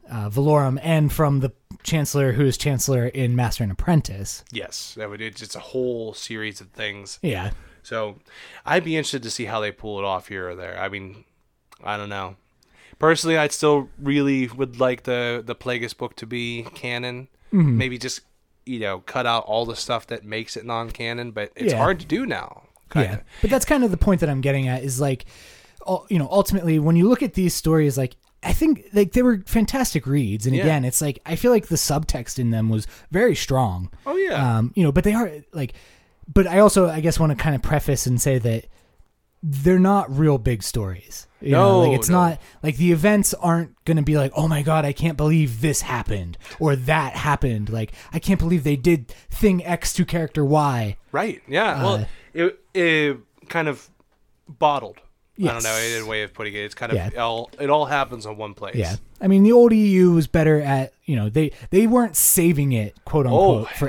uh, Valorum and from the chancellor who is chancellor in Master and Apprentice. Yes. That would, it's just a whole series of things. Yeah. So I'd be interested to see how they pull it off here or there. I mean, I don't know. Personally, I'd still really would like the the Plagueis book to be canon. Mm-hmm. Maybe just you know cut out all the stuff that makes it non canon, but it's Yeah. hard to do now. Yeah, but that's kind of the point that I'm getting at is like, ul- you know, ultimately when you look at these stories, like I think like they were fantastic reads, and Yeah. again, it's like I feel like the subtext in them was very strong. Oh, yeah. um, you know, but they are like, but I also I guess want to kind of preface and say that they're not real big stories. You know, No, like it's no. not like the events aren't going to be like, oh my god, I can't believe this happened or that happened. Like I can't believe they did thing X to character Y. Right? Yeah. Uh, well, it, it kind of bottled. I don't Yes. know. It a way of putting it. It's kind of Yeah. all it all happens in one place. Yeah. I mean, the old EU was better at, you know, they, they weren't saving it, quote Oh, unquote, for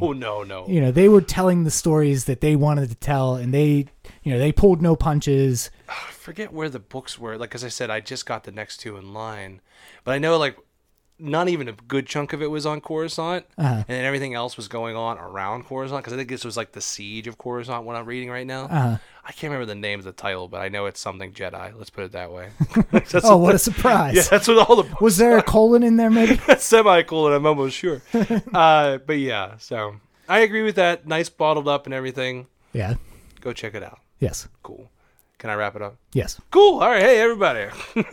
No, no, no. You know, they were telling the stories that they wanted to tell and they, you know, they pulled no punches. I forget where the books were. Like as I said, I just got the next two in line, but I know like not even a good chunk of it was on Coruscant, Uh-huh. and then everything else was going on around Coruscant because I think this was like the siege of Coruscant. What I'm reading right now, Uh-huh. I can't remember the name of the title, but I know it's something Jedi. Let's put it that way. That's Oh, what- what a surprise. yeah, that's what all the books Was there a colon in there, maybe? semicolon. I'm almost sure, uh, but yeah. So I agree with that. Nice bottled up and everything. yeah. Go check it out. Yes. Cool. Can I wrap it up? Yes. Cool. All right. Hey, everybody.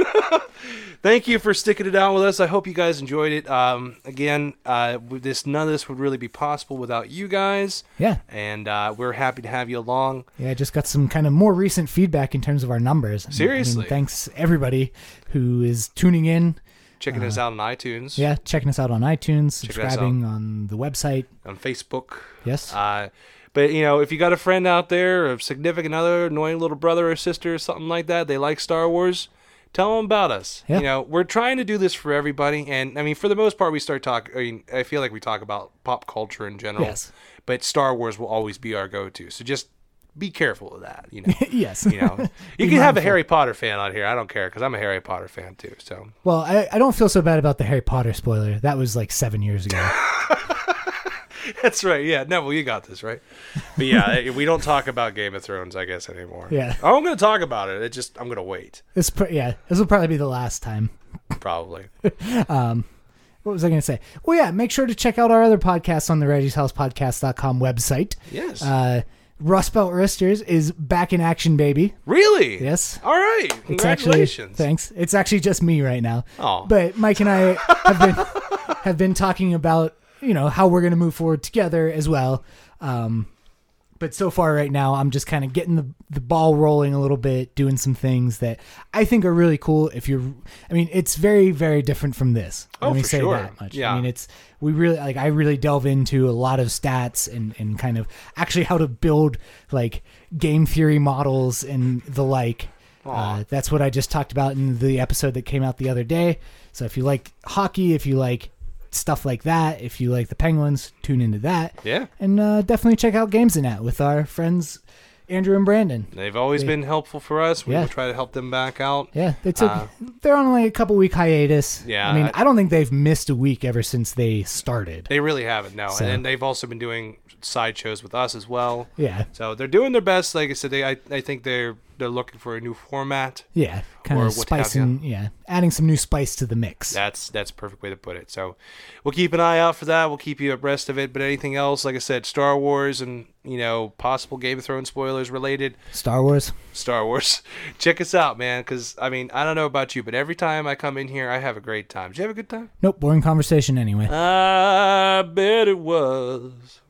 Thank you for sticking it out with us. I hope you guys enjoyed it. Um, again, uh, with this none of this would really be possible without you guys. Yeah. And uh, we're happy to have you along. Yeah, I just got some kind of more recent feedback in terms of our numbers. I mean- I mean, Seriously. thanks everybody who is tuning in. Checking us out on iTunes, Yeah, checking us out on iTunes, us out. subscribing on the website. on Facebook. Yes. Uh, but you know, if you got a friend out there, a significant other, annoying little brother or sister, or something like that, they like Star Wars. Tell them about us. Yeah. You know, we're trying to do this for everybody, and I mean, for the most part, we start talking. I mean, I feel like we talk about pop culture in general, Yes. but Star Wars will always be our go-to. So just be careful of that. You know, yes. you know, you can have a Harry Potter fan on here. I don't care because I'm a Harry Potter fan too. So Well, I, I don't feel so bad about the Harry Potter spoiler. That was like seven years ago. That's right. Yeah, Neville, you got this right. But yeah, we don't talk about Game of Thrones, I guess, anymore. Oh, Yeah. I'm going to talk about it. It just I'm going to wait, this, pr- yeah, this will probably be the last time. probably. What was I going to say? Well, yeah, make sure to check out our other podcasts on the Reggie's House Podcast.com website. Yes. Uh, Rust Belt Risters is back in action, baby. really? Yes. All right. It's actually Congratulations. thanks. It's actually just me right now. Aw. But Mike and I have been have been talking about you know how we're going to move forward together as well. Um, but so far right now, I'm just kind of getting the the ball rolling a little bit, doing some things that I think are really cool. If you're, I mean, it's very very different from this. Oh, Let me for say sure. that much. Yeah. I mean, it's we really like I really delve into a lot of stats and and kind of actually how to build like game theory models and the like. Uh, that's what I just talked about in the episode that came out the other day. So if you like hockey, if you like stuff like that, if you like the Penguins, tune into that. Yeah. And uh, definitely check out Games in That with our friends Andrew and Brandon. They've always been helpful for us. We Yeah. will try to help them back out. Yeah, they took. they're on like a couple week hiatus. Uh, Yeah, I mean, I- I, don't think they've missed a week ever since they started. They really haven't, no. So- And then they've also been doing side shows with us as well. yeah, So they're doing their best. Like I said, they I, I think they're they're looking for a new format. yeah, kind Or of what have spicing. Yeah, adding some new spice to the mix. That's that's a perfect way to put it. So we'll keep an eye out for that. We'll keep you abreast of it. But anything else, like I said, Star Wars and you know possible Game of Thrones spoilers related, Star Wars. Star Wars. Check us out, man. Because I mean, I don't know about you, but every time I come in here, I have a great time. Did you have a good time? Nope, boring conversation anyway. I bet it was.